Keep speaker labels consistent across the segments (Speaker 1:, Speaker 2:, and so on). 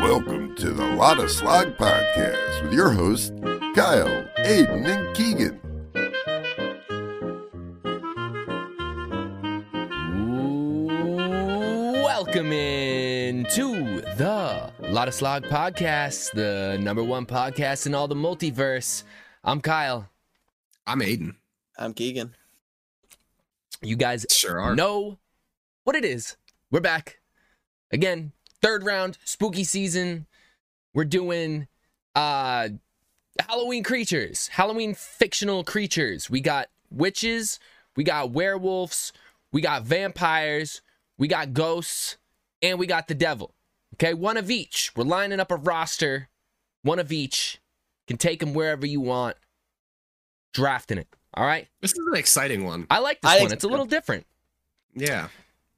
Speaker 1: Welcome to the Lotta Slog podcast with your hosts, Kyle, Aiden, and Keegan.
Speaker 2: Welcome in to the Lot of Slog podcast, the number one podcast in all the multiverse. I'm Kyle.
Speaker 3: I'm Aiden.
Speaker 4: I'm Keegan.
Speaker 2: You guys
Speaker 3: Sure are.
Speaker 2: know what it is. We're back again. Third round, spooky season. We're doing uh Halloween creatures, Halloween fictional creatures. We got witches, we got werewolves, we got vampires, we got ghosts, and we got the devil. Okay, one of each. We're lining up a roster, one of each. Can take them wherever you want. Drafting it. All right.
Speaker 3: This is an exciting one.
Speaker 2: I like this
Speaker 4: I
Speaker 2: one.
Speaker 4: think
Speaker 2: It's a
Speaker 4: so.
Speaker 2: little different
Speaker 3: Yeah.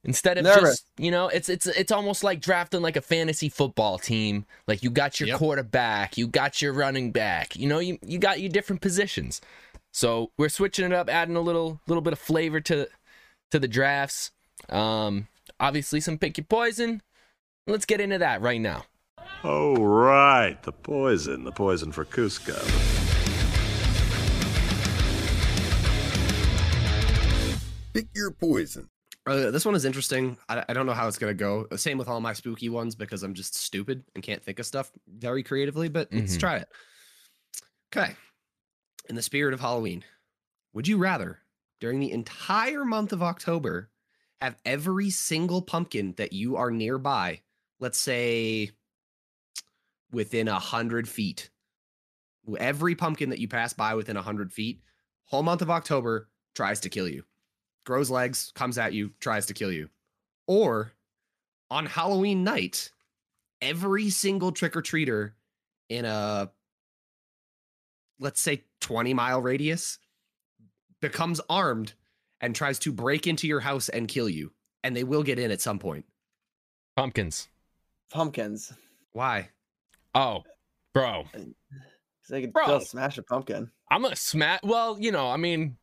Speaker 2: instead of
Speaker 4: Nervous.
Speaker 2: just you know it's it's it's almost like drafting like a fantasy football team like you got your
Speaker 3: Yep.
Speaker 2: quarterback you got your running back you know you, you got your different positions so we're switching it up adding a little little bit of flavor to to the drafts um obviously some pick your poison let's get into that right now
Speaker 5: Oh, right. The poison. The poison for Cusco.
Speaker 1: Pick your poison.
Speaker 3: Uh, this one is interesting. I, I don't know how it's going to go. Uh, Same with all my spooky ones because I'm just stupid and can't think of stuff very creatively, but let's
Speaker 2: Mhm.
Speaker 3: try it. Okay. In the spirit of Halloween, would you rather during the entire month of October have every single pumpkin that you are nearby, let's say within a hundred feet, w- every pumpkin that you pass by within a hundred feet, whole month of October tries to kill you, grows legs, comes at you, tries to kill you, or on Halloween night, every single trick or treater in a let's say 20 mile radius becomes armed and tries to break into your house and kill you and they will get in at some point
Speaker 2: pumpkins
Speaker 4: Pumpkins.
Speaker 3: why
Speaker 2: oh bro
Speaker 4: 'Cause They could
Speaker 2: Bro.
Speaker 4: still smash a pumpkin.
Speaker 2: i'm gonna smack well you know i mean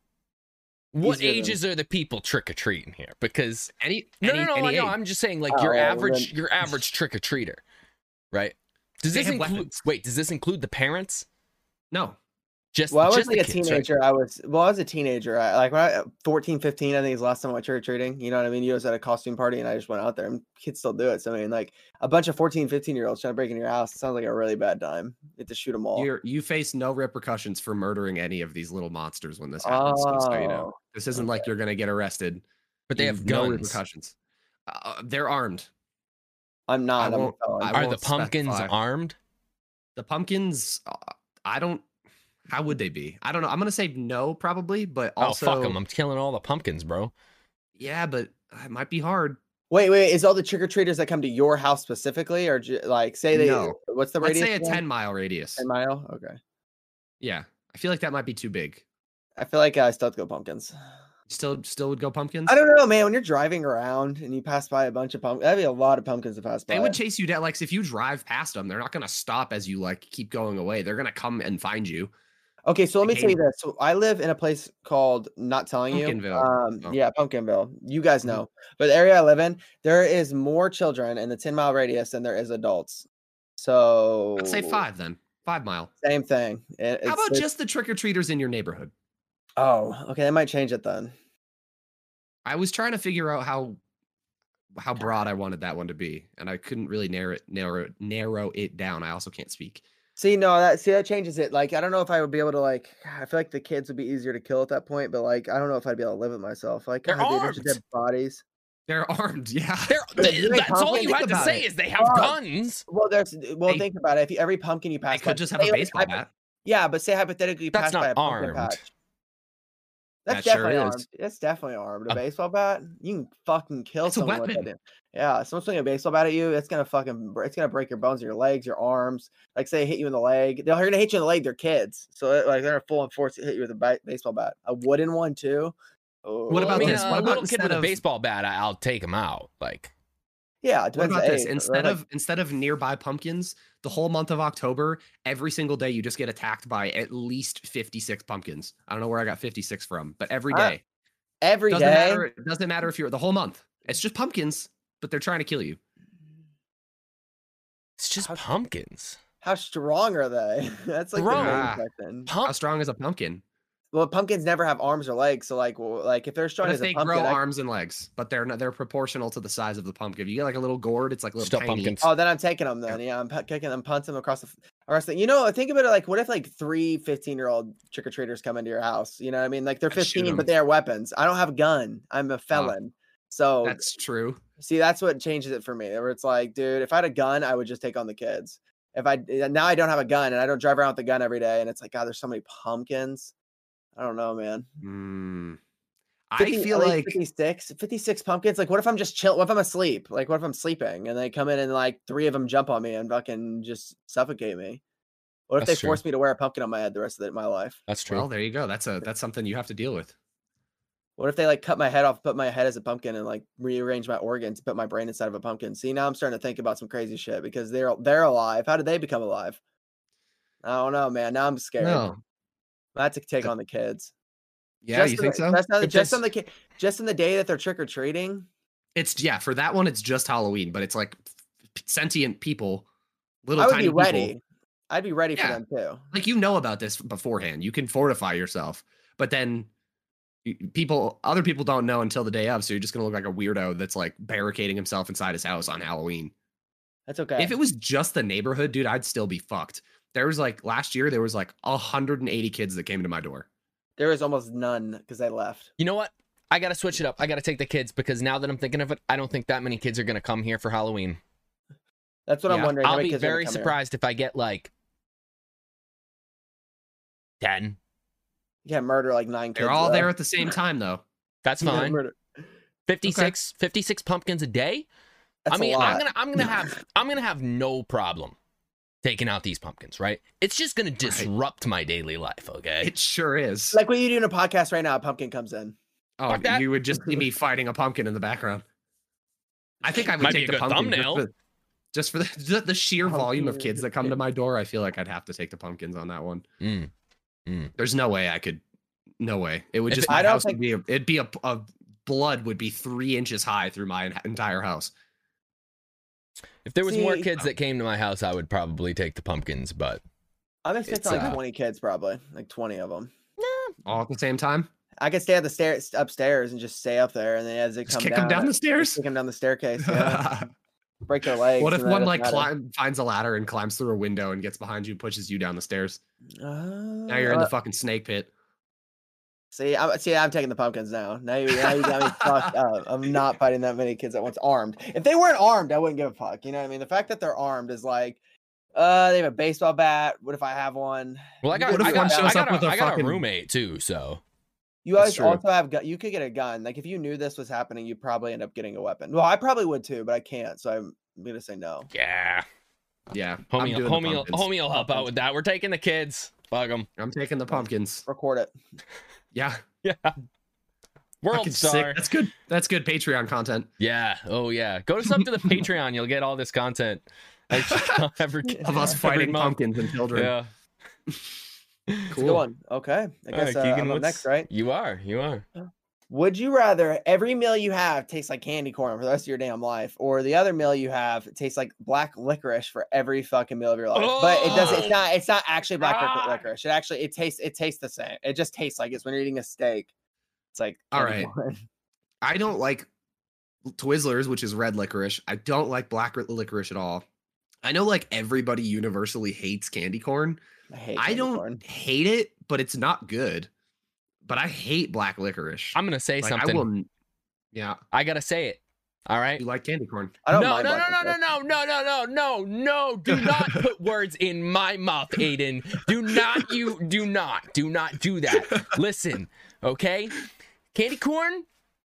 Speaker 2: what
Speaker 4: Easier than-
Speaker 2: ages are the people trick-or-treating here because
Speaker 3: any
Speaker 2: No,
Speaker 3: any,
Speaker 2: no, no,
Speaker 3: any
Speaker 2: I know.
Speaker 3: age.
Speaker 2: I'm just saying, like
Speaker 4: Oh,
Speaker 2: your
Speaker 4: well,
Speaker 2: average,
Speaker 4: then-
Speaker 2: your average trick or treater, right? Does
Speaker 3: They
Speaker 2: this
Speaker 3: have
Speaker 2: include?
Speaker 3: weapons.
Speaker 2: Wait, does this include the parents?
Speaker 3: no
Speaker 2: Just,
Speaker 4: Well, I was
Speaker 2: just
Speaker 4: like
Speaker 2: the
Speaker 4: a
Speaker 2: kids,
Speaker 4: teenager. I was well, I was a teenager. I like when I 14, 15, I think is the last time I went trick or treating. You know what I mean? You was at a costume party and I just went out there and kids still do it. So I mean, like a bunch of 14, 15 year olds trying to break into your house. It sounds like a really bad time. You have to shoot them
Speaker 2: Oh.
Speaker 4: all.
Speaker 3: you you face no repercussions for murdering any of these little monsters when this happens just so you
Speaker 2: Oh.
Speaker 3: know this isn't like you're gonna get arrested
Speaker 2: But they
Speaker 3: You
Speaker 2: have
Speaker 3: no
Speaker 2: guns.
Speaker 3: repercussions uh, they're armed
Speaker 4: I'm not.
Speaker 3: I
Speaker 4: I am
Speaker 3: won't-
Speaker 4: a felon.
Speaker 3: I
Speaker 2: Are the
Speaker 3: won't
Speaker 2: pumpkins
Speaker 3: specify.
Speaker 2: armed?
Speaker 3: the pumpkins uh, i don't how would they be i don't know i'm gonna say no probably but also
Speaker 2: oh fuck them! I'm killing all the pumpkins, bro.
Speaker 3: yeah but uh, it might be hard
Speaker 4: Wait, wait. Is all the trick or treaters that come to your house specifically, or ju- like say they?
Speaker 3: No.
Speaker 4: What's the
Speaker 3: let's
Speaker 4: radius?
Speaker 3: say a
Speaker 4: again?
Speaker 3: 10 mile radius
Speaker 4: 10 mile. Okay.
Speaker 3: yeah i feel like that might be too big
Speaker 4: I feel like uh, I still have to go pumpkins.
Speaker 3: still still would go pumpkins
Speaker 4: I don't know, man. When you're driving around and you pass by a bunch of pumpkins, that'd be a lot of pumpkins to pass by.
Speaker 3: they would chase you down like if you drive past them they're not gonna stop as you like keep going away they're gonna come and find you
Speaker 4: okay, so let me
Speaker 3: they
Speaker 4: tell you
Speaker 3: hate
Speaker 4: this. So I live in a place called not telling you.
Speaker 3: Pumpkinville.
Speaker 4: Um,
Speaker 3: Oh.
Speaker 4: Yeah, Pumpkinville. You guys
Speaker 3: Mhm.
Speaker 4: know, but the area I live in, there is more children in the 10 mile radius than there is adults. So
Speaker 3: let's say five then five mile
Speaker 4: Same thing. It-
Speaker 3: how
Speaker 4: Oh. it's-
Speaker 3: about
Speaker 4: it's-
Speaker 3: just the trick-or-treaters in your neighborhood
Speaker 4: Oh, okay. That might change it then.
Speaker 3: I was trying to figure out how how broad I wanted that one to be, and I couldn't really narrow it narrow it- narrow it down. I also can't speak.
Speaker 4: See, no, that see that changes it. Like, I don't know if I would be able to like. I feel like the kids would be easier to kill at that point, but like, I don't know if I'd be able to live with myself. Like,
Speaker 2: They're
Speaker 4: God, dude, there's just
Speaker 2: armed.
Speaker 4: dead bodies.
Speaker 3: They're armed, yeah.
Speaker 2: They're,
Speaker 4: But
Speaker 2: they-
Speaker 4: really,
Speaker 2: that's all
Speaker 4: pumpkin-
Speaker 2: you
Speaker 3: think
Speaker 2: had to
Speaker 3: about
Speaker 2: say
Speaker 3: it.
Speaker 2: is they have
Speaker 4: Fuck.
Speaker 2: guns.
Speaker 4: Well, there's uh, well,
Speaker 3: They-
Speaker 4: think about it. If you, every pumpkin you
Speaker 3: I
Speaker 4: pass, by,
Speaker 3: could just have a
Speaker 4: say, like,
Speaker 3: baseball
Speaker 4: hypo-
Speaker 3: bat.
Speaker 4: Yeah, but say hypothetically, you
Speaker 2: That's
Speaker 4: pass by
Speaker 2: not
Speaker 4: a pumpkin
Speaker 2: armed.
Speaker 4: patch. That's
Speaker 3: That sure
Speaker 4: definitely
Speaker 3: is.
Speaker 4: armed. That's definitely armed. A
Speaker 2: A-
Speaker 4: baseball bat, you can fucking kill
Speaker 3: It's a
Speaker 4: someone with that.
Speaker 3: weapon.
Speaker 4: damn- Yeah, someone swinging a baseball bat at you, it's gonna fucking, br- it's gonna break your bones, in your legs, your arms. Like, say, they hit you in the leg. They're gonna hit you in the leg. They're kids, so it- like they're in full force to hit you with a ba- baseball bat, a wooden one too.
Speaker 3: What
Speaker 4: Oh,
Speaker 3: about
Speaker 2: I mean,
Speaker 3: this?
Speaker 2: uh,
Speaker 3: What
Speaker 2: a
Speaker 3: about
Speaker 2: little kid with
Speaker 3: instead
Speaker 2: a
Speaker 3: of-
Speaker 2: baseball bat, I, I'll take him out. Like,
Speaker 4: Yeah, it
Speaker 3: What
Speaker 4: depends
Speaker 3: about
Speaker 4: on the
Speaker 3: this?
Speaker 4: age, but,
Speaker 3: Instead
Speaker 4: like,
Speaker 3: of instead of nearby pumpkins, the whole month of October, every single day you just get attacked by at least 56 pumpkins. I don't know where I got 56 from, but every
Speaker 4: Uh,
Speaker 3: day.
Speaker 4: every
Speaker 3: doesn't
Speaker 4: day,
Speaker 3: matter it doesn't matter if you're the whole month. It's just pumpkins, but they're trying to kill you.
Speaker 2: It's just
Speaker 4: How-
Speaker 2: pumpkins.
Speaker 4: How strong are they? That's like the
Speaker 2: Bro.
Speaker 4: main question.
Speaker 3: How
Speaker 2: Pump-
Speaker 3: strong is a pumpkin?
Speaker 4: Well, pumpkins never have arms or legs, so like, well, like if they're strong
Speaker 3: What if
Speaker 4: as a
Speaker 3: they
Speaker 4: pumpkin,
Speaker 3: grow
Speaker 4: I-
Speaker 3: arms and legs, but they're not, they're proportional to the size of the pumpkin? If you get like a little gourd, it's like little
Speaker 2: Still
Speaker 3: tiny.
Speaker 2: pumpkins.
Speaker 4: oh, then I'm taking them. Then yeah, I'm pu- kicking them, punch them across the f- across the. You know, think about it like, what if like three 15 year old trick or treaters come into your house? You know what I mean? Like they're
Speaker 3: I'd shoot
Speaker 4: 15,
Speaker 3: 'em.
Speaker 4: but they are weapons. I don't have a gun. I'm a felon. so
Speaker 3: That's true.
Speaker 4: See, that's what changes it for me. Where it's like, dude, if I had a gun, I would just take on the kids. If I and now I don't have a gun and I don't drive around with a gun every day, and it's like, God, there's so many pumpkins. I don't know, man.
Speaker 3: Mm. I
Speaker 4: 50 at
Speaker 3: feel
Speaker 4: least
Speaker 3: like
Speaker 4: 56, 56 pumpkins. Like, what if I'm just chill? What if I'm asleep? Like, what if I'm sleeping and they come in and like three of them jump on me and fucking just suffocate me? What if
Speaker 2: That's
Speaker 4: they
Speaker 2: true.
Speaker 4: force me to wear a pumpkin on my head the rest of the, my life?
Speaker 2: That's true.
Speaker 3: well, there you go. That's a that's something you have to deal with.
Speaker 4: What if they like cut my head off, put my head as a pumpkin, and like rearrange my organs, put my brain inside of a pumpkin? See, now I'm starting to think about some crazy shit because they're they're alive. How did they become alive? I don't know, man. Now I'm scared.
Speaker 3: No.
Speaker 4: I have to take
Speaker 3: That-
Speaker 4: on the kids.
Speaker 3: Yeah,
Speaker 4: just
Speaker 3: you
Speaker 4: in
Speaker 3: think
Speaker 4: the,
Speaker 3: so?
Speaker 4: That's not,
Speaker 2: It
Speaker 4: just on the
Speaker 2: does-
Speaker 4: ki- just in the day that they're trick or treating.
Speaker 3: It's yeah, for that one it's just Halloween, but it's like p- sentient people, little
Speaker 4: I would
Speaker 3: tiny
Speaker 4: be ready.
Speaker 3: people.
Speaker 4: I'd be ready
Speaker 3: Yeah.
Speaker 4: for them too.
Speaker 3: Like you know about this beforehand. You can fortify yourself. But then y- people other people don't know until the day of, so you're just going to look like a weirdo that's like barricading himself inside his house on Halloween.
Speaker 4: That's okay.
Speaker 3: If it was just the neighborhood, dude, I'd still be fucked. There was like last year there was like 180 kids that came to my door.
Speaker 4: there was almost none because they left.
Speaker 2: You know what? I gotta switch it up. I gotta take the kids because now that I'm thinking of it, I don't think that many kids are gonna come here for Halloween.
Speaker 4: That's what I'm
Speaker 3: Yeah,
Speaker 4: wondering. how
Speaker 2: I'll
Speaker 4: many
Speaker 2: be
Speaker 4: kids are gonna
Speaker 2: very
Speaker 4: come here.
Speaker 2: surprised if I get like ten.
Speaker 4: You can't murder like nine kids.
Speaker 3: They're all
Speaker 4: though.
Speaker 3: there at the same time though.
Speaker 2: That's
Speaker 4: You can't
Speaker 2: fine.
Speaker 4: murder-
Speaker 2: 56, 56 pumpkins a day.
Speaker 4: That's
Speaker 2: I mean,
Speaker 4: a lot.
Speaker 2: I'm gonna I'm gonna have I'm gonna have no problem taking out these pumpkins, right? It's just gonna disrupt my daily life, okay?
Speaker 3: It sure is.
Speaker 4: like what you do in a podcast right now. A pumpkin comes in.
Speaker 3: Oh,
Speaker 2: Fuck that.
Speaker 3: you would just see me fighting a pumpkin in the background. I think I would
Speaker 2: Might be
Speaker 3: take
Speaker 2: a
Speaker 3: the
Speaker 2: good
Speaker 3: pumpkin just
Speaker 2: thumbnail.
Speaker 3: for, just for the, the, the sheer volume of
Speaker 4: Pumpkin.
Speaker 3: kids that come to my door. I feel like I'd have to take the pumpkins on that one.
Speaker 2: Mm.
Speaker 3: The's no way I could. No way. It would
Speaker 2: If
Speaker 3: just.
Speaker 2: it-
Speaker 3: my
Speaker 4: I don't
Speaker 3: house would be. A, it'd be a, a blood would be three inches high through my en- entire house.
Speaker 2: If there was more
Speaker 4: See-
Speaker 2: kids that came to my house, I would probably take the pumpkins, but
Speaker 4: I'm
Speaker 2: It's,
Speaker 4: expecting like
Speaker 2: uh,
Speaker 4: 20 kids, probably like 20 of them.
Speaker 3: All at the same time.
Speaker 4: I could stay at the stairs upstairs and just stay up there, and then as they
Speaker 3: Just
Speaker 4: come
Speaker 3: kick
Speaker 4: down,
Speaker 3: them down the stairs.
Speaker 4: kick them down the staircase, yeah, break their legs.
Speaker 3: what if
Speaker 4: and then
Speaker 3: one
Speaker 4: it
Speaker 3: like
Speaker 4: doesn't matter.
Speaker 3: climb, finds a ladder and climbs through a window and gets behind you, and pushes you down the stairs? Now you're in
Speaker 4: Uh,
Speaker 3: the fucking snake pit.
Speaker 4: see, I'm see, I'm taking the pumpkins now. Now you, now you got me fucked up. I'm not fighting that many kids at once. Armed. If they weren't armed, I wouldn't give a fuck. You know what I mean? The fact that they're armed is like, uh, they have a baseball bat. What if I have one?
Speaker 2: well, I
Speaker 4: What
Speaker 2: got
Speaker 4: if
Speaker 2: I
Speaker 4: one
Speaker 2: got, I
Speaker 4: shows
Speaker 2: got,
Speaker 3: up with
Speaker 2: a,
Speaker 3: a
Speaker 2: I got
Speaker 3: fucking-
Speaker 2: a roommate too, so
Speaker 4: You
Speaker 3: That's
Speaker 4: guys
Speaker 3: true.
Speaker 4: also have gun. You could get a gun. Like if you knew this was happening, you'd probably end up getting a weapon. Well, I probably would too, but I can't. So I'm gonna say no.
Speaker 2: yeah,
Speaker 3: Yeah, I'm
Speaker 2: homie,
Speaker 3: doing the
Speaker 2: homie,
Speaker 3: pumpkins.
Speaker 2: homie will help out with that. We're taking the kids. Fuck them.
Speaker 3: I'm taking the pumpkins.
Speaker 4: Record it.
Speaker 3: Yeah.
Speaker 2: Yeah.
Speaker 3: Fucking
Speaker 2: World
Speaker 3: sick.
Speaker 2: star.
Speaker 3: That's good. That's good Patreon content.
Speaker 2: Yeah. Oh yeah. Go to sub to the Patreon. You'll get all this content. Every, every,
Speaker 3: Of us
Speaker 2: every
Speaker 3: fighting
Speaker 2: month.
Speaker 3: pumpkins and children.
Speaker 2: Yeah.
Speaker 4: It's a good one. Okay, I guess uh, I'm up
Speaker 2: what's-
Speaker 4: next, right?
Speaker 2: You are. You are.
Speaker 4: Would you rather every meal you have tastes like candy corn for the rest of your damn life, or the other meal you have tastes like black licorice for every fucking meal of your life? But it doesn't. It's
Speaker 2: Oh,
Speaker 4: not. It's not actually black lic-
Speaker 2: God.
Speaker 4: licorice. It actually it tastes. It tastes the same. It just tastes like it's when you're eating a steak. It's like
Speaker 3: All
Speaker 4: candy
Speaker 3: right.
Speaker 4: corn.
Speaker 3: I don't like Twizzlers, which is red licorice. I don't like black ri- licorice at all. I know like everybody universally hates candy corn.
Speaker 4: I hate.
Speaker 3: I
Speaker 4: candy
Speaker 3: don't
Speaker 4: corn.
Speaker 3: hate it, but it's not good. But I hate black licorice.
Speaker 2: I'm gonna say
Speaker 3: Like,
Speaker 2: something. I,
Speaker 3: I will n- Yeah,
Speaker 2: gotta say it. All right.
Speaker 3: you like candy corn.
Speaker 4: I don't
Speaker 2: no,
Speaker 4: mind
Speaker 2: no,
Speaker 4: black
Speaker 2: no, no,
Speaker 4: licorice.
Speaker 2: no, no, no, no, no, no, Do not put words in my mouth, Aiden. Do not you do not. Do not do that. Listen, okay? Candy corn,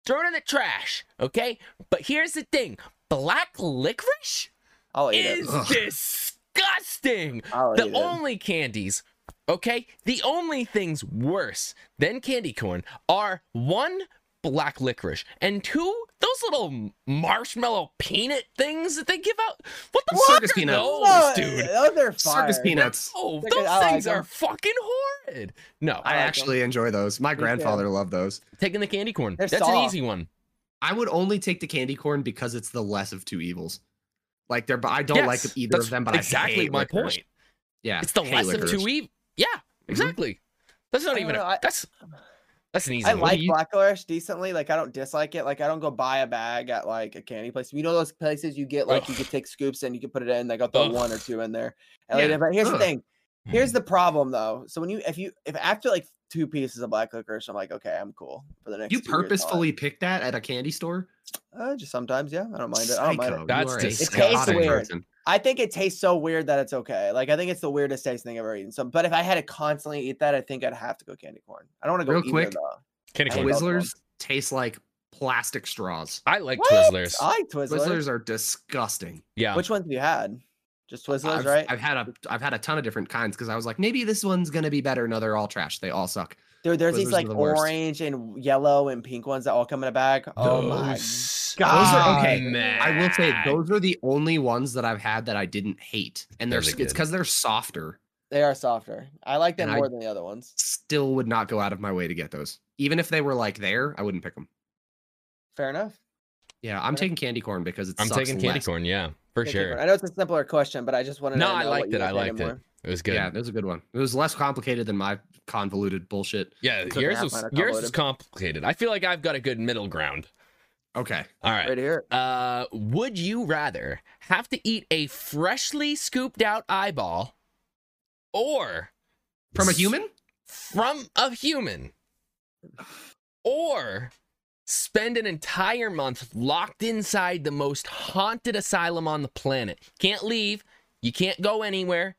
Speaker 2: throw it in the trash, okay? But here's the thing. Black licorice
Speaker 4: I'll eat
Speaker 2: is
Speaker 4: it.
Speaker 3: Ugh.
Speaker 2: disgusting.
Speaker 4: I'll eat
Speaker 2: the
Speaker 4: it.
Speaker 2: only candies, okay? The only things worse than candy corn are one, black licorice, and two, those little marshmallow peanut things that they give out. What the fuck
Speaker 3: Circus
Speaker 2: are
Speaker 3: peanut.
Speaker 2: those,
Speaker 4: Oh,
Speaker 2: dude?
Speaker 4: Those are fire.
Speaker 3: Circus peanuts.
Speaker 2: Oh,
Speaker 4: Circus-
Speaker 2: those
Speaker 4: I like
Speaker 2: things are
Speaker 4: them.
Speaker 2: fucking horrid. No,
Speaker 3: I
Speaker 4: I like 'em.
Speaker 3: actually enjoy those. My
Speaker 4: too.
Speaker 3: grandfather loved those.
Speaker 2: taking the candy corn.
Speaker 4: They're
Speaker 2: That's an
Speaker 4: soft.
Speaker 2: easy one.
Speaker 3: I would only take the candy corn because it's the less of two evils. Like they're, but I don't like
Speaker 2: Yes,
Speaker 3: either
Speaker 2: that's
Speaker 3: of them. But I
Speaker 2: exactly
Speaker 3: hate
Speaker 2: my
Speaker 3: liquors.
Speaker 2: point.
Speaker 3: Yeah,
Speaker 2: It's the
Speaker 3: hate
Speaker 2: less of
Speaker 3: liquors.
Speaker 2: two e-, evils. Yeah, exactly. That's not
Speaker 4: Mm-hmm. I
Speaker 2: even.
Speaker 4: don't
Speaker 2: A,
Speaker 4: know, I-
Speaker 2: that's that's an easy.
Speaker 4: I
Speaker 2: one.
Speaker 4: like
Speaker 3: you-
Speaker 4: black licorice decently. Like I don't dislike it. Like I don't go buy a bag at like a candy place. You know those places you get like you
Speaker 2: Ugh.
Speaker 4: could take scoops and you can put it in. Like I'll throw
Speaker 2: Ugh.
Speaker 4: one or two in there. And like,
Speaker 3: Yeah.
Speaker 4: but here's the
Speaker 3: Ugh.
Speaker 4: thing. Here's the problem though. So when you if you if after like two pieces of black licorice, I'm like okay, I'm cool for the next.
Speaker 3: You
Speaker 4: two years, I'll have-
Speaker 3: purposefully picked that at a candy store.
Speaker 4: Uh, just sometimes, yeah. I don't mind it. I don't mind it.
Speaker 3: Psycho, you
Speaker 2: That's
Speaker 3: are a
Speaker 2: disgusting.
Speaker 4: It tastes
Speaker 3: psychotic
Speaker 4: weird.
Speaker 3: person.
Speaker 4: I think it tastes so weird that it's okay. Like I think it's the weirdest tasting thing I've ever eaten. So, but if I had to constantly eat that, I think I'd have to go candy corn. I don't want to go
Speaker 3: Real
Speaker 4: either,
Speaker 3: quick,
Speaker 4: though.
Speaker 2: Candy
Speaker 4: I
Speaker 2: corn.
Speaker 4: love them.
Speaker 3: Twizzlers taste like plastic straws.
Speaker 2: I like
Speaker 4: What? Oh
Speaker 2: Twizzlers.
Speaker 4: I like Twizzlers.
Speaker 3: Twizzlers are disgusting.
Speaker 2: yeah.
Speaker 4: Which ones have you had? Just Twizzlers,
Speaker 3: I've,
Speaker 4: right?
Speaker 3: I've had a I've had a ton of different kinds because I was like maybe this one's gonna be better. No, they're all trash. They all suck.
Speaker 4: Dude, there's these
Speaker 3: Twizzlers are
Speaker 4: like
Speaker 3: the worst.
Speaker 4: orange and yellow and pink ones that all come in a bag. Oh my
Speaker 2: Those-
Speaker 4: God.
Speaker 3: okay,
Speaker 2: man.
Speaker 3: I will
Speaker 2: Ah.
Speaker 3: say those are the only ones that I've had that I didn't hate, and they're
Speaker 2: Those are
Speaker 3: s- it's
Speaker 2: good.
Speaker 3: because they're softer.
Speaker 4: They are softer. I like them
Speaker 3: And I-
Speaker 4: more than the other ones.
Speaker 3: Still would not go out of my way to get those, even if they were like there. I wouldn't pick them.
Speaker 4: Fair enough.
Speaker 3: Yeah, I'm
Speaker 4: Fair.
Speaker 3: taking candy corn because it's.
Speaker 2: I'm taking candy corn. Yeah, for
Speaker 4: Okay,
Speaker 2: sure.
Speaker 4: Capricorn. I know it's a simpler question, but I just wanted
Speaker 2: No,
Speaker 4: to know
Speaker 2: I
Speaker 4: what
Speaker 2: liked
Speaker 4: you
Speaker 2: it. I
Speaker 4: guys hated
Speaker 2: liked it.
Speaker 4: more.
Speaker 2: It was good.
Speaker 3: Yeah, that was a good one. It was less complicated than my convoluted bullshit.
Speaker 2: Yeah,
Speaker 4: Took
Speaker 2: yours
Speaker 4: half
Speaker 2: was
Speaker 4: mine are
Speaker 2: yours was complicated. I feel like I've got a good middle ground.
Speaker 3: Okay.
Speaker 2: All right.
Speaker 4: Right here.
Speaker 2: Uh, would you rather have to eat a freshly scooped out eyeball or
Speaker 3: From a human?
Speaker 2: from a human or spend an entire month locked inside the most haunted asylum on the planet? Can't leave, you can't go anywhere,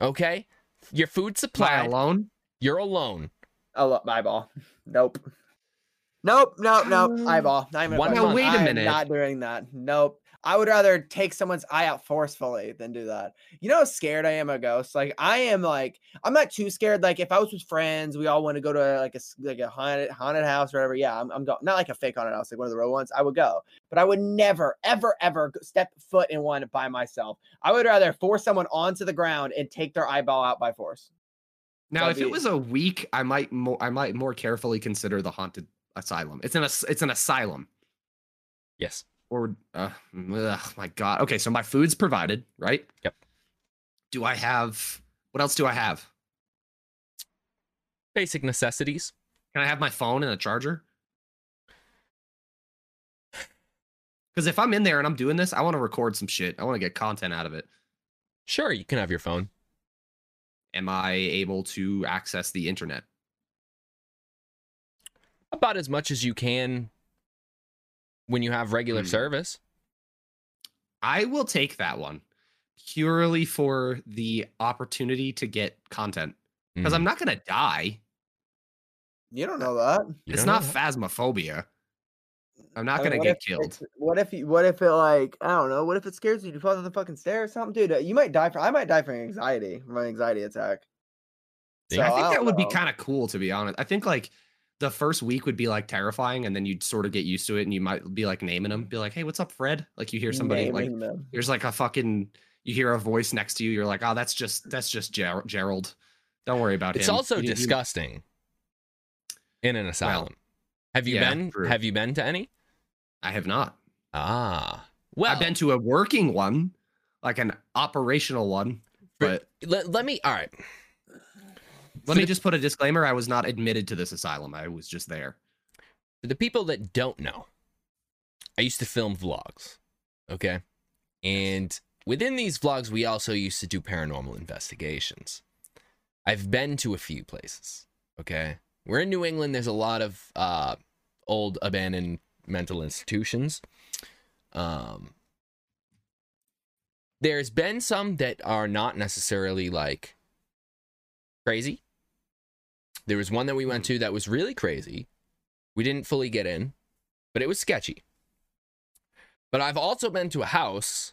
Speaker 2: okay? Your food
Speaker 3: Fly
Speaker 2: supply,
Speaker 3: alone?
Speaker 2: you're alone.
Speaker 4: Oh, look, eyeball. Nope. Nope, nope, nope.
Speaker 3: Um,
Speaker 4: eyeball. Not even a
Speaker 2: one-
Speaker 4: question.
Speaker 2: now,
Speaker 3: wait a
Speaker 4: I am
Speaker 3: minute.
Speaker 4: Not doing that. Nope. I would rather take someone's eye out forcefully than do that. You know how scared I am of ghosts. Like I am like I'm not too scared. Like if I was with friends, we all want to go to like a s- like a haunted haunted house or whatever. Yeah, I'm, I'm going. Not like a fake haunted house, like one of the real ones. I would go, but I would never, ever, ever go- step foot in one by myself. I would rather force someone onto the ground and take their eyeball out by force.
Speaker 3: Now, if
Speaker 4: That'd
Speaker 3: it
Speaker 4: be-
Speaker 3: was a week, I might more I might more carefully consider the haunted asylum. It's an as- it's an asylum.
Speaker 2: Yes.
Speaker 3: Or uh, ugh, my god. Okay, so my food's provided, right?
Speaker 2: Yep.
Speaker 3: Do I have what else do I have?
Speaker 2: Basic necessities.
Speaker 3: Can I have my phone and a charger? Because if I'm in there and I'm doing this, I want to record some shit. I want to get content out of it.
Speaker 2: Sure, you can have your phone.
Speaker 3: Am I able to access the internet?
Speaker 2: About as much as you can when you have regular
Speaker 3: Hmm.
Speaker 2: service.
Speaker 3: I will take that one purely for the opportunity to get content because
Speaker 2: Mm-hmm.
Speaker 3: I'm not going to die.
Speaker 4: You don't know that.
Speaker 2: Hmm. You
Speaker 3: it's
Speaker 2: don't
Speaker 3: not
Speaker 2: know that.
Speaker 3: phasmophobia. I'm not
Speaker 4: I mean,
Speaker 3: going
Speaker 4: what
Speaker 3: to get
Speaker 4: if
Speaker 3: killed.
Speaker 4: it's- What if you, what if it like I don't know? What if it scares you? You fall down the fucking stairs or something, dude. uh, You might die from. I might die from anxiety from an anxiety attack.
Speaker 2: Yeah,
Speaker 3: I
Speaker 4: So,
Speaker 3: think
Speaker 4: don't
Speaker 3: that would be
Speaker 4: know.
Speaker 3: kind of cool, to be honest. I think like the first week would be like terrifying, and then you'd sort of get used to it, and you might be like naming them, be like, "Hey, what's up, Fred?" Like you hear somebody like
Speaker 4: Naming them.
Speaker 3: there's like a fucking you hear a voice next to you, you're like, "Oh, that's just that's just Ger- Gerald." Don't worry about
Speaker 2: It's
Speaker 3: him.
Speaker 2: also
Speaker 3: You- you-
Speaker 2: disgusting. In an asylum. have you
Speaker 3: yeah,
Speaker 2: been?
Speaker 3: true.
Speaker 2: Have you been to any?
Speaker 3: I have not.
Speaker 2: Ah, well.
Speaker 3: I've been to a working one, like an operational one.
Speaker 2: Right.
Speaker 3: But
Speaker 2: let, let me. All right.
Speaker 3: let me just put a disclaimer: I was not admitted to this asylum. I was just there.
Speaker 2: For the people that don't know, I used to film vlogs. Okay. And within these vlogs, we also used to do paranormal investigations. I've been to a few places. Okay. We're in New England. There's a lot of uh, old abandoned mental institutions. Um, there's been some that are not necessarily like crazy. There was one that we went to that was really crazy. We didn't fully get in, but it was sketchy. But I've also been to a house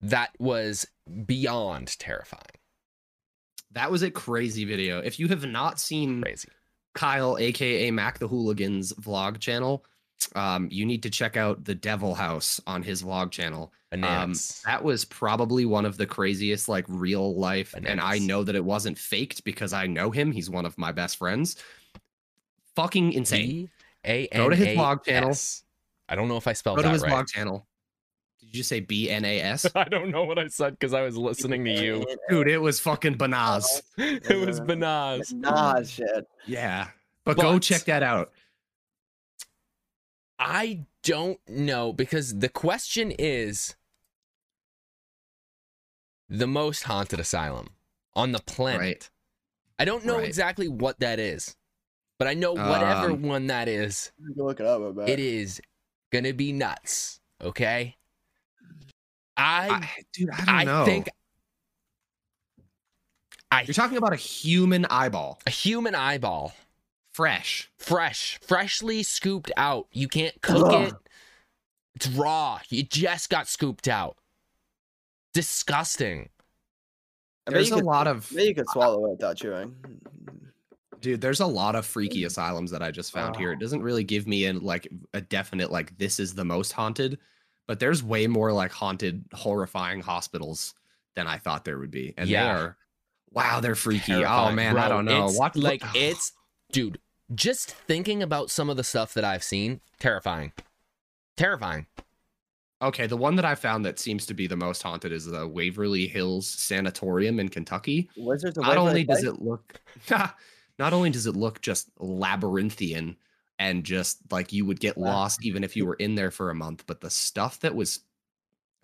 Speaker 2: that was beyond terrifying.
Speaker 3: That was a crazy video. If you have not seen
Speaker 2: Crazy.
Speaker 3: Kyle, aka Mac the Hooligans vlog channel, um, you need to check out the Devil House on his vlog channel. Um,
Speaker 2: Bananas.
Speaker 3: that was probably one of the craziest, like real life. And I
Speaker 2: Bananas.
Speaker 3: know that it wasn't faked because I know him. He's one of my best friends. Fucking insane.
Speaker 2: B A N A S.
Speaker 3: Go to his vlog channel.
Speaker 2: I don't know if I spelled
Speaker 3: Go to
Speaker 2: that
Speaker 3: his
Speaker 2: right.
Speaker 3: vlog channel. Did you just say B N A S?
Speaker 2: I don't know what I said because I was listening to you.
Speaker 3: Dude, it was fucking
Speaker 2: Oh,
Speaker 3: bananas.
Speaker 2: It was bananas.
Speaker 4: Nah, shit.
Speaker 3: Yeah. But, go
Speaker 2: But-
Speaker 3: check that out.
Speaker 2: I don't know because the question is the most haunted asylum on the planet.
Speaker 3: Right.
Speaker 2: I don't know
Speaker 3: Right.
Speaker 2: exactly what that is, but I know whatever
Speaker 3: Um,
Speaker 2: one that is,
Speaker 4: You can look it up. I bet.
Speaker 2: it is gonna be nuts. Okay. I
Speaker 3: I, dude, I don't
Speaker 2: I,
Speaker 3: know.
Speaker 2: think I
Speaker 3: You're talking about a human eyeball,
Speaker 2: a human eyeball,
Speaker 3: fresh.
Speaker 2: fresh, freshly scooped out. You can't cook
Speaker 4: Ugh.
Speaker 2: it. It's raw. You just got scooped out. Disgusting.
Speaker 4: I bet
Speaker 3: There's
Speaker 4: you
Speaker 3: a
Speaker 4: could-
Speaker 3: lot of
Speaker 4: I bet you could swallow it without chewing.
Speaker 3: dude. There's a lot of
Speaker 2: Mm.
Speaker 3: freaky asylums that I just found here. It doesn't really give me an like a definite like this is the most haunted, but there's way more like haunted, horrifying hospitals than I thought there would be, and
Speaker 2: Yeah.
Speaker 3: they are. Wow, they're freaky.
Speaker 2: Terrifying.
Speaker 3: Oh man,
Speaker 2: Bro,
Speaker 3: I don't know.
Speaker 2: It's,
Speaker 3: Watch
Speaker 2: like it's dude, just thinking about some of the stuff that I've seen, terrifying. Terrifying.
Speaker 3: Okay, the one that I found that seems to be the most haunted is the Waverly Hills Sanatorium in Kentucky.
Speaker 4: Wizards of
Speaker 3: Not
Speaker 4: Waverly
Speaker 3: only does
Speaker 4: Place?
Speaker 3: it look not only does it look just labyrinthian and just like you would get
Speaker 4: Wow.
Speaker 3: lost even if you were in there for a month, but the stuff that was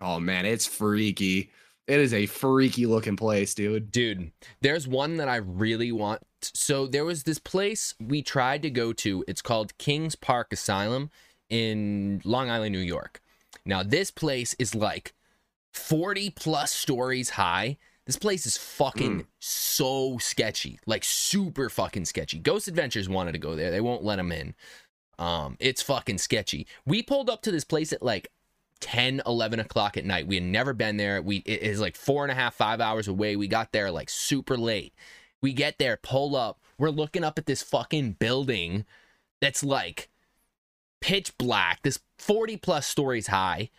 Speaker 3: oh man, it's freaky. It is a freaky looking place, dude.
Speaker 2: Dude, there's one that I really want. So there was this place we tried to go to. It's called Kings Park Asylum in Long Island, New York. Now, this place is like 40 plus stories high. This place is fucking so sketchy, like super fucking sketchy. Ghost Adventures wanted to go there. They won't let them in. Um, it's fucking sketchy. We pulled up to this place at like 10 11 o'clock at night we had never been there we it is like four and a half five hours away we got there like super late we get there pull up we're looking up at this fucking building that's like pitch black this 40 plus stories high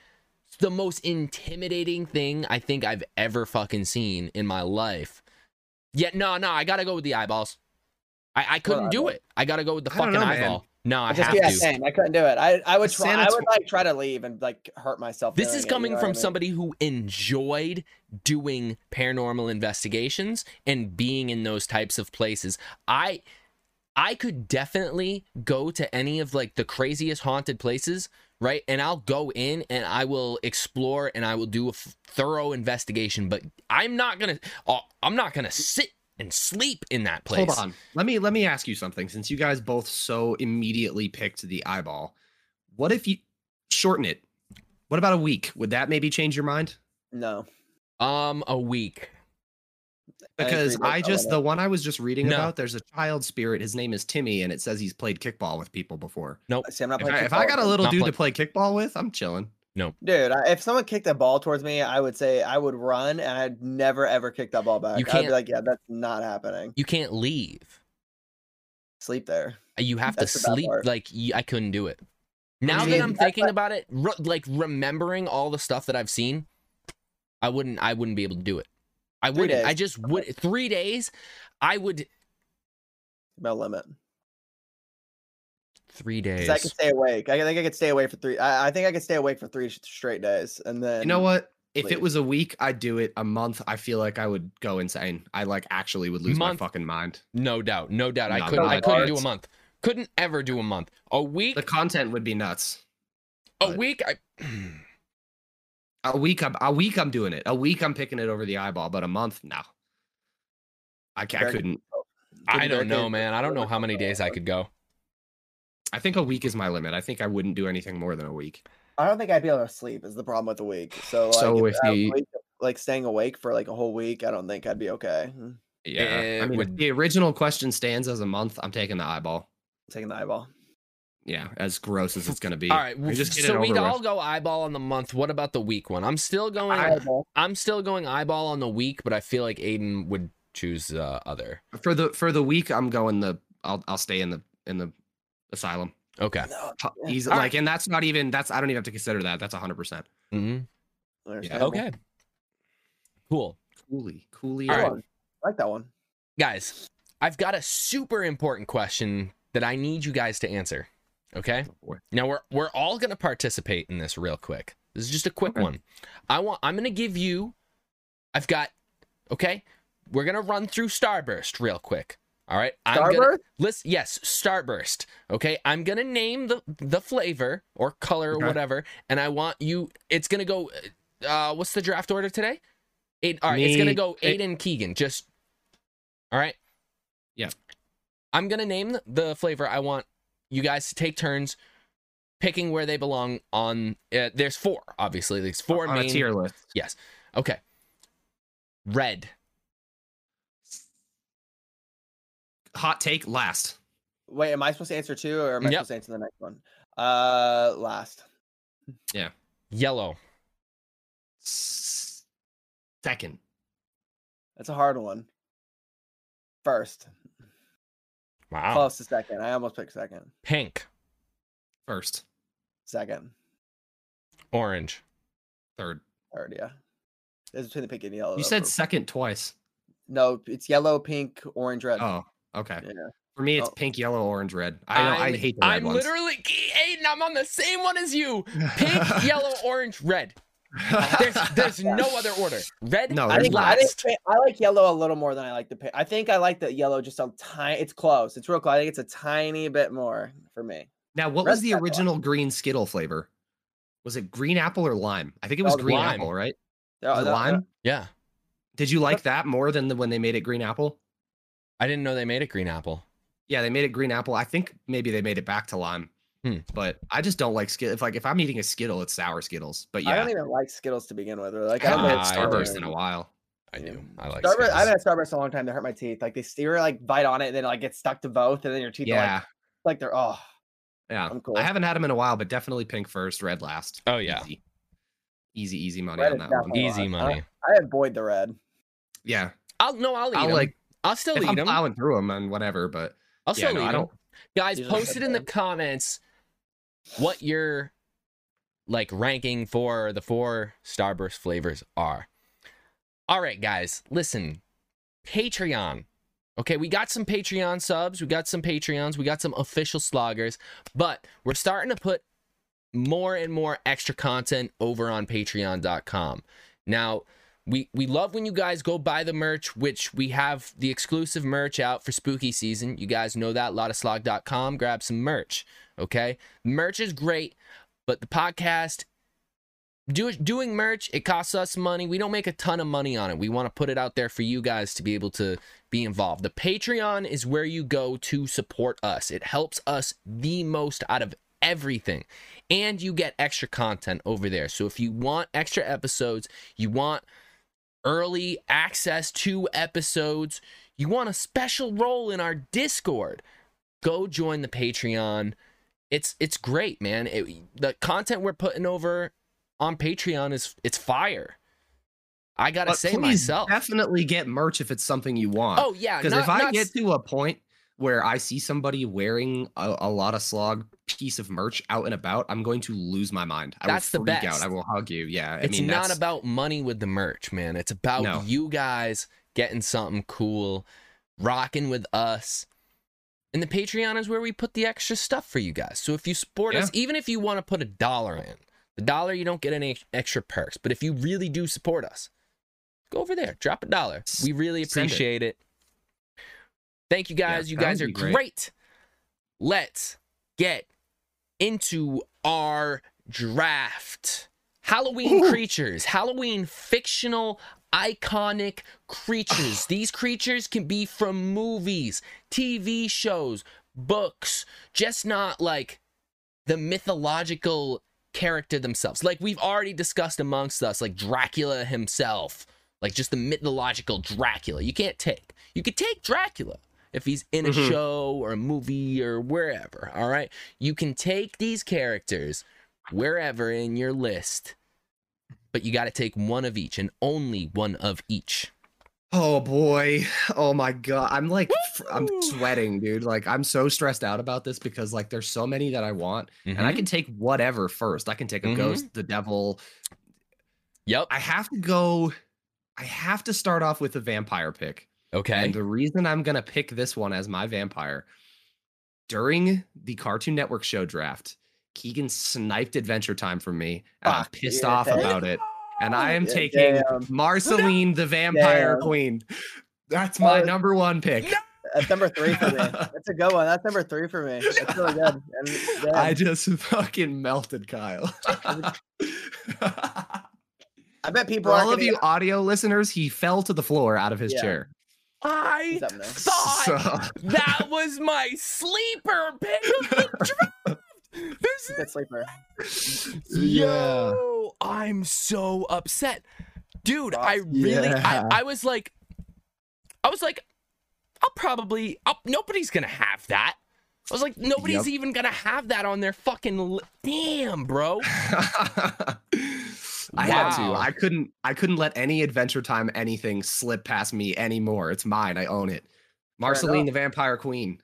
Speaker 2: it's the most intimidating thing i think i've ever fucking seen in my life yet no no i gotta go with the eyeballs i, I couldn't do
Speaker 4: eyeball?
Speaker 2: it i gotta go with the
Speaker 3: I don't
Speaker 2: fucking
Speaker 3: know, man.
Speaker 2: eyeball no i
Speaker 4: just
Speaker 2: have
Speaker 4: yeah,
Speaker 2: to
Speaker 4: same. I couldn't do it. I, I would
Speaker 3: The
Speaker 4: try. I
Speaker 3: sanitary-
Speaker 4: would like try to leave and like hurt myself.
Speaker 2: This
Speaker 4: doing
Speaker 2: is
Speaker 4: it, you
Speaker 2: coming
Speaker 4: know what I
Speaker 2: from
Speaker 4: mean?
Speaker 2: somebody who enjoyed doing paranormal investigations and being in those types of places. I I could definitely go to any of like the craziest haunted places, right? And I'll go in and I will explore and I will do a f- thorough investigation, but I'm not going to I'm not going to sit and sleep in that place.
Speaker 3: Hold on. Let me let me ask you something since you guys both so immediately picked the eyeball. What if you shorten it? What about a week? Would that maybe change your mind?
Speaker 4: No,
Speaker 2: Um a week.
Speaker 4: I agree
Speaker 3: because
Speaker 4: with
Speaker 3: I
Speaker 4: that
Speaker 3: just
Speaker 4: one.
Speaker 3: the one I was just reading
Speaker 2: No.
Speaker 3: about. There's a child spirit. His name is Timmy, and it says he's played kickball with people before.
Speaker 4: see, I'm not
Speaker 3: If
Speaker 4: playing.
Speaker 3: I, if I
Speaker 4: kickball
Speaker 3: got a
Speaker 4: with
Speaker 3: little
Speaker 2: Not
Speaker 3: dude to play kickball with, I'm chilling.
Speaker 4: Dude, I, if someone kicked a ball towards me, I would say I would run and I'd never ever kick that ball back.
Speaker 2: You
Speaker 4: I'd
Speaker 2: can't-
Speaker 4: be like, yeah, that's not happening.
Speaker 2: You can't leave.
Speaker 4: Sleep there.
Speaker 2: You have
Speaker 4: That's
Speaker 2: to
Speaker 4: the bad
Speaker 2: sleep
Speaker 4: part.
Speaker 2: like y- I couldn't do it. Now
Speaker 3: mean,
Speaker 2: that I'm
Speaker 4: that's
Speaker 2: thinking about it, re- like remembering all the stuff that I've seen, I wouldn't I wouldn't be able to do it. I
Speaker 4: Three
Speaker 2: wouldn't. I
Speaker 4: days.
Speaker 2: just would 3 days. I would
Speaker 4: No limit.
Speaker 2: 3
Speaker 4: 'Cause
Speaker 2: days.
Speaker 4: I could stay awake. I think I could stay awake for three. I, I think I could stay awake for three sh- straight days, and then
Speaker 3: You know what? If
Speaker 4: leave.
Speaker 3: it was a week, I'd do it. A month, I feel like I would go insane. I like actually would lose
Speaker 2: Month.
Speaker 3: my fucking mind.
Speaker 2: No doubt. No doubt. I
Speaker 3: No,
Speaker 2: couldn't
Speaker 4: no,
Speaker 2: I couldn't do a
Speaker 3: it's-
Speaker 2: month. Couldn't ever do a month. A week.
Speaker 3: The content would be nuts.
Speaker 2: A
Speaker 3: but-
Speaker 2: week I
Speaker 3: A week, I'm, a week, I'm doing it. A week, I'm picking it over the eyeball. But a month, no. I, ca- I
Speaker 4: Very-
Speaker 3: couldn't.
Speaker 2: I
Speaker 4: Getting
Speaker 2: don't
Speaker 4: back
Speaker 2: know,
Speaker 4: in.
Speaker 2: man. I don't know how many days I
Speaker 4: uh,
Speaker 2: could go.
Speaker 3: I think a week is my limit. I think I wouldn't do anything more than a week.
Speaker 4: I don't think I'd be able to sleep. Is the problem with the week? So like,
Speaker 3: So if
Speaker 4: I
Speaker 3: you-
Speaker 4: wake- like staying awake for like a whole week, I don't think I'd be okay. Mm,
Speaker 3: Yeah.
Speaker 2: It
Speaker 3: I mean, if
Speaker 2: would-
Speaker 3: the original question stands as a month. I'm taking the eyeball.
Speaker 4: Taking the eyeball.
Speaker 3: Yeah, as gross as it's gonna be.
Speaker 2: All right.
Speaker 3: We just get
Speaker 2: so
Speaker 3: it
Speaker 2: we'd
Speaker 3: over
Speaker 2: all
Speaker 3: with.
Speaker 2: go eyeball on the month. What about the week one? I'm still going
Speaker 3: I-
Speaker 4: Eyeball.
Speaker 2: I'm still going eyeball on the week, but I feel like Aiden would choose uh, other.
Speaker 3: for the for the week. I'm going the. I'll I'll stay in the in the asylum.
Speaker 2: Okay.
Speaker 4: No,
Speaker 3: Ho- He's
Speaker 2: All
Speaker 3: like,
Speaker 2: right.
Speaker 3: and that's not even that's. I don't even have to consider that. That's 100. percent
Speaker 2: hmm
Speaker 4: understandable.
Speaker 2: Okay. Cool.
Speaker 3: Coolly, coolly.
Speaker 2: All
Speaker 4: Good
Speaker 2: right.
Speaker 4: one. I like that one.
Speaker 2: Guys, I've got a super important question that I need you guys to answer. Okay? Now we're we're all going to participate in this real quick. This is just a quick
Speaker 3: Okay.
Speaker 2: one. I want. I'm gonna give you. I've got. Okay, we're gonna run through Starburst real quick. All right. I'm gonna,
Speaker 4: Starburst?
Speaker 2: listen. Yes, Starburst. Okay. I'm gonna name the the flavor or color
Speaker 3: Okay.
Speaker 2: or whatever, and I want you. It's gonna go. Uh, what's the draft order today? Eight. All right. It's gonna
Speaker 3: Me-
Speaker 2: go
Speaker 3: it-
Speaker 2: Aiden Keegan. Just. All right.
Speaker 3: Yeah.
Speaker 2: I'm gonna name the- the flavor. I want you guys to take turns picking where they belong on uh, there's four obviously there's four
Speaker 3: on
Speaker 2: main
Speaker 3: a tier list.
Speaker 2: yes okay red
Speaker 3: Hot take last.
Speaker 4: Wait, am I supposed to answer two or am I
Speaker 2: Yep.
Speaker 4: supposed to answer the next one? Uh, last.
Speaker 2: yellow
Speaker 3: S- Second.
Speaker 4: That's a hard one. First,
Speaker 2: wow
Speaker 4: close to second. I almost picked second.
Speaker 2: pink
Speaker 3: First.
Speaker 4: Second,
Speaker 2: orange
Speaker 3: Third.
Speaker 4: third. Yeah, it's between the pink and
Speaker 2: Uh,
Speaker 4: yellow.
Speaker 3: You
Speaker 4: though,
Speaker 3: said
Speaker 4: for-
Speaker 3: second twice.
Speaker 4: no. It's yellow, pink, orange, red.
Speaker 3: Oh, okay.
Speaker 4: Yeah.
Speaker 3: For me, it's
Speaker 4: Oh.
Speaker 3: pink, yellow, orange, red. I know, I
Speaker 2: I'm-
Speaker 3: hate the red
Speaker 2: i'm
Speaker 3: ones.
Speaker 2: literally aiden i'm on the same one as you pink yellow orange red there's there's
Speaker 4: Yeah.
Speaker 2: no other order red
Speaker 3: No,
Speaker 2: no
Speaker 4: I
Speaker 2: there's
Speaker 3: there's
Speaker 4: think, I, think
Speaker 2: last
Speaker 4: pink, I like yellow a little more than I like the pink. I think I like the yellow just a tiny. It's close. It's real close. I think it's a tiny bit more for me.
Speaker 3: Now, what was
Speaker 4: Red's
Speaker 3: the
Speaker 4: not bad.
Speaker 3: original green Skittle flavor? Was it green apple or lime? I think it
Speaker 4: Oh,
Speaker 3: was
Speaker 4: the
Speaker 3: green
Speaker 2: lime.
Speaker 3: apple, right?
Speaker 4: They're-
Speaker 3: Was it
Speaker 4: they're-
Speaker 3: lime?
Speaker 2: yeah
Speaker 3: Did you like that more than the, when they made it green apple?
Speaker 2: i didn't know they made it green apple
Speaker 3: Yeah, they made it green apple. I think maybe they made it back to lime.
Speaker 2: Hmm.
Speaker 3: But I just don't like Skittle. If like if I'm eating a Skittle, it's sour Skittles. But
Speaker 4: I
Speaker 3: yeah,
Speaker 4: don't even like Skittles to begin with. Or like
Speaker 3: I
Speaker 4: I
Speaker 3: haven't
Speaker 4: don't
Speaker 2: Ah,
Speaker 3: had
Speaker 4: like
Speaker 2: I
Speaker 3: Starburst
Speaker 2: do.
Speaker 3: in a while.
Speaker 2: i
Speaker 4: Yeah.
Speaker 2: do i like
Speaker 4: Starburst, I've
Speaker 2: Skittles.
Speaker 4: had Starburst in a long time. They hurt my teeth. Like they steer like bite on it and then like get stuck to both, and then your teeth are
Speaker 3: Yeah,
Speaker 4: like, like they're oh
Speaker 3: yeah.
Speaker 4: I'm cool.
Speaker 3: I haven't had them in a while, but definitely pink first, red last.
Speaker 2: oh yeah
Speaker 3: Easy, easy, easy money
Speaker 4: Red
Speaker 3: on
Speaker 4: is
Speaker 3: that one.
Speaker 4: definitely-
Speaker 2: easy
Speaker 4: Uh,
Speaker 2: money
Speaker 4: I avoid the red.
Speaker 3: Yeah,
Speaker 2: i'll no i'll eat
Speaker 3: I'll
Speaker 2: 'em.
Speaker 3: like
Speaker 2: i'll still
Speaker 3: if
Speaker 2: eat
Speaker 3: I'm
Speaker 2: them
Speaker 3: plowing through them and whatever. But
Speaker 2: i'll
Speaker 3: yeah,
Speaker 2: still
Speaker 3: no,
Speaker 2: eat
Speaker 3: I
Speaker 2: 'em.
Speaker 3: don't.
Speaker 2: guys
Speaker 4: These are the
Speaker 2: post
Speaker 4: best
Speaker 2: it in the
Speaker 4: ones.
Speaker 2: comments what your like ranking for the four starburst flavors are all right guys listen patreon okay we got some patreon subs we got some patreons we got some official sloggers but we're starting to put more and more extra content over on patreon.com now we we love when you guys go buy the merch which we have the exclusive merch out for spooky season you guys know that lotuslog.com grab some merch okay merch is great but the podcast do, doing merch it costs us money we don't make a ton of money on it we want to put it out there for you guys to be able to be involved the patreon is where you go to support us it helps us the most out of everything and you get extra content over there so if you want extra episodes you want early access to episodes, you want a special role in our Discord, go join the Patreon. It's it's great, man. It, the content we're putting over on Patreon is it's fire. I gotta
Speaker 3: But
Speaker 2: say
Speaker 3: please
Speaker 2: myself.
Speaker 3: definitely get merch if it's something you want.
Speaker 2: oh yeah,
Speaker 3: because
Speaker 2: not-
Speaker 3: if I
Speaker 2: not-
Speaker 3: get to a point where I see somebody wearing a, a lot of slog piece of merch out and about, I'm going to lose my mind. I
Speaker 2: That's the
Speaker 3: will freak out.
Speaker 2: best.
Speaker 3: I will hug you. Yeah, I
Speaker 2: it's
Speaker 3: mean,
Speaker 2: not
Speaker 3: that's-
Speaker 2: about money with the merch, man. It's about
Speaker 3: No.
Speaker 2: you guys getting something cool, rocking with us. And the Patreon is where we put the extra stuff for you guys. So if you support us, even if you want to put a dollar in, the dollar you don't get any extra perks. But if you really do support us, go over there, drop a dollar.
Speaker 3: S-
Speaker 2: We really
Speaker 3: send it.
Speaker 2: appreciate it. Thank you
Speaker 3: Yeah,
Speaker 2: guys. you
Speaker 3: that
Speaker 2: guys
Speaker 3: would
Speaker 2: are
Speaker 3: be great.
Speaker 2: great. Let's get into our draft. Halloween creatures, Halloween fictional, iconic creatures. These creatures can be from movies, TV shows, books, just not like the mythological character themselves. Like we've already discussed amongst us, like Dracula himself, like just the mythological Dracula. You can't take. You could take Dracula if he's in a
Speaker 3: Mhm.
Speaker 2: show or a movie or wherever. All right. You can take these characters wherever in your list, but you got to take one of each and only one of each.
Speaker 3: Oh boy. Oh my god. I'm like fr- I'm
Speaker 2: Woo!
Speaker 3: sweating, dude. Like I'm so stressed out about this because like there's so many that I want and
Speaker 2: Mm-hmm.
Speaker 3: I can take whatever first. I can take a
Speaker 2: Mhm.
Speaker 3: ghost, the devil.
Speaker 2: Yep.
Speaker 3: I have to go I have to start off with a vampire pick.
Speaker 2: Okay.
Speaker 3: And the reason I'm going to pick this one as my vampire during the Cartoon Network show draft, Keegan sniped Adventure Time from me, and I'm
Speaker 4: Fuck,
Speaker 3: pissed
Speaker 4: you're
Speaker 3: off
Speaker 4: dead.
Speaker 3: about it. And I am
Speaker 4: Yeah,
Speaker 3: taking
Speaker 4: damn.
Speaker 3: Marceline, the Vampire
Speaker 4: Damn.
Speaker 3: Queen. That's my
Speaker 4: Oh.
Speaker 3: number one pick.
Speaker 4: That's number three for me. That's a good one. That's number three for me. That's really good. And yeah,
Speaker 3: I
Speaker 4: I,
Speaker 3: just fucking melted Kyle.
Speaker 4: bet people
Speaker 3: For all
Speaker 4: aren't going
Speaker 3: of
Speaker 4: to
Speaker 3: you audio listeners, he fell to the floor out of his
Speaker 4: Yeah.
Speaker 3: chair.
Speaker 2: I
Speaker 4: something there.
Speaker 2: thought
Speaker 3: So-
Speaker 2: that was my sleeper pick of the draft. There's
Speaker 4: Good sleeper.
Speaker 3: yeah.
Speaker 2: Yo, I'm so upset. Dude, I
Speaker 4: Fuck
Speaker 2: really
Speaker 3: yeah.
Speaker 2: I, I was like I was like I'll probably i nobody's going to have that. I was like nobody's
Speaker 3: Yep.
Speaker 2: even going to have that on their fucking li- damn, bro.
Speaker 3: I had to.
Speaker 2: Wow.
Speaker 3: I couldn't I couldn't let any adventure time anything slip past me anymore. It's mine. I own it. Marceline the Vampire Queen.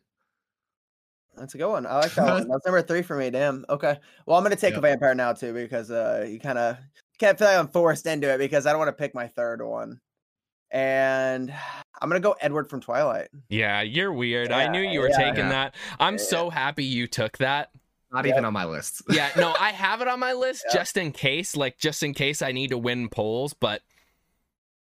Speaker 4: That's a good one. I like that one. That's number three for me. Damn. Okay. Well, I'm going to take a
Speaker 3: Yep.
Speaker 4: vampire now too because uh, you kind of can't feel like I'm forced into it because I don't want to pick my third one. And I'm going to go Edward from Twilight.
Speaker 2: Yeah, you're weird.
Speaker 4: I knew you were Yeah,
Speaker 3: taking yeah.
Speaker 2: that. I'm
Speaker 4: Yeah. so
Speaker 2: happy you took that.
Speaker 3: Not
Speaker 4: Yep.
Speaker 3: even on my list.
Speaker 2: Yeah, no, I have it on my list
Speaker 4: Yeah.
Speaker 2: just in case, like just in case I need to win polls, but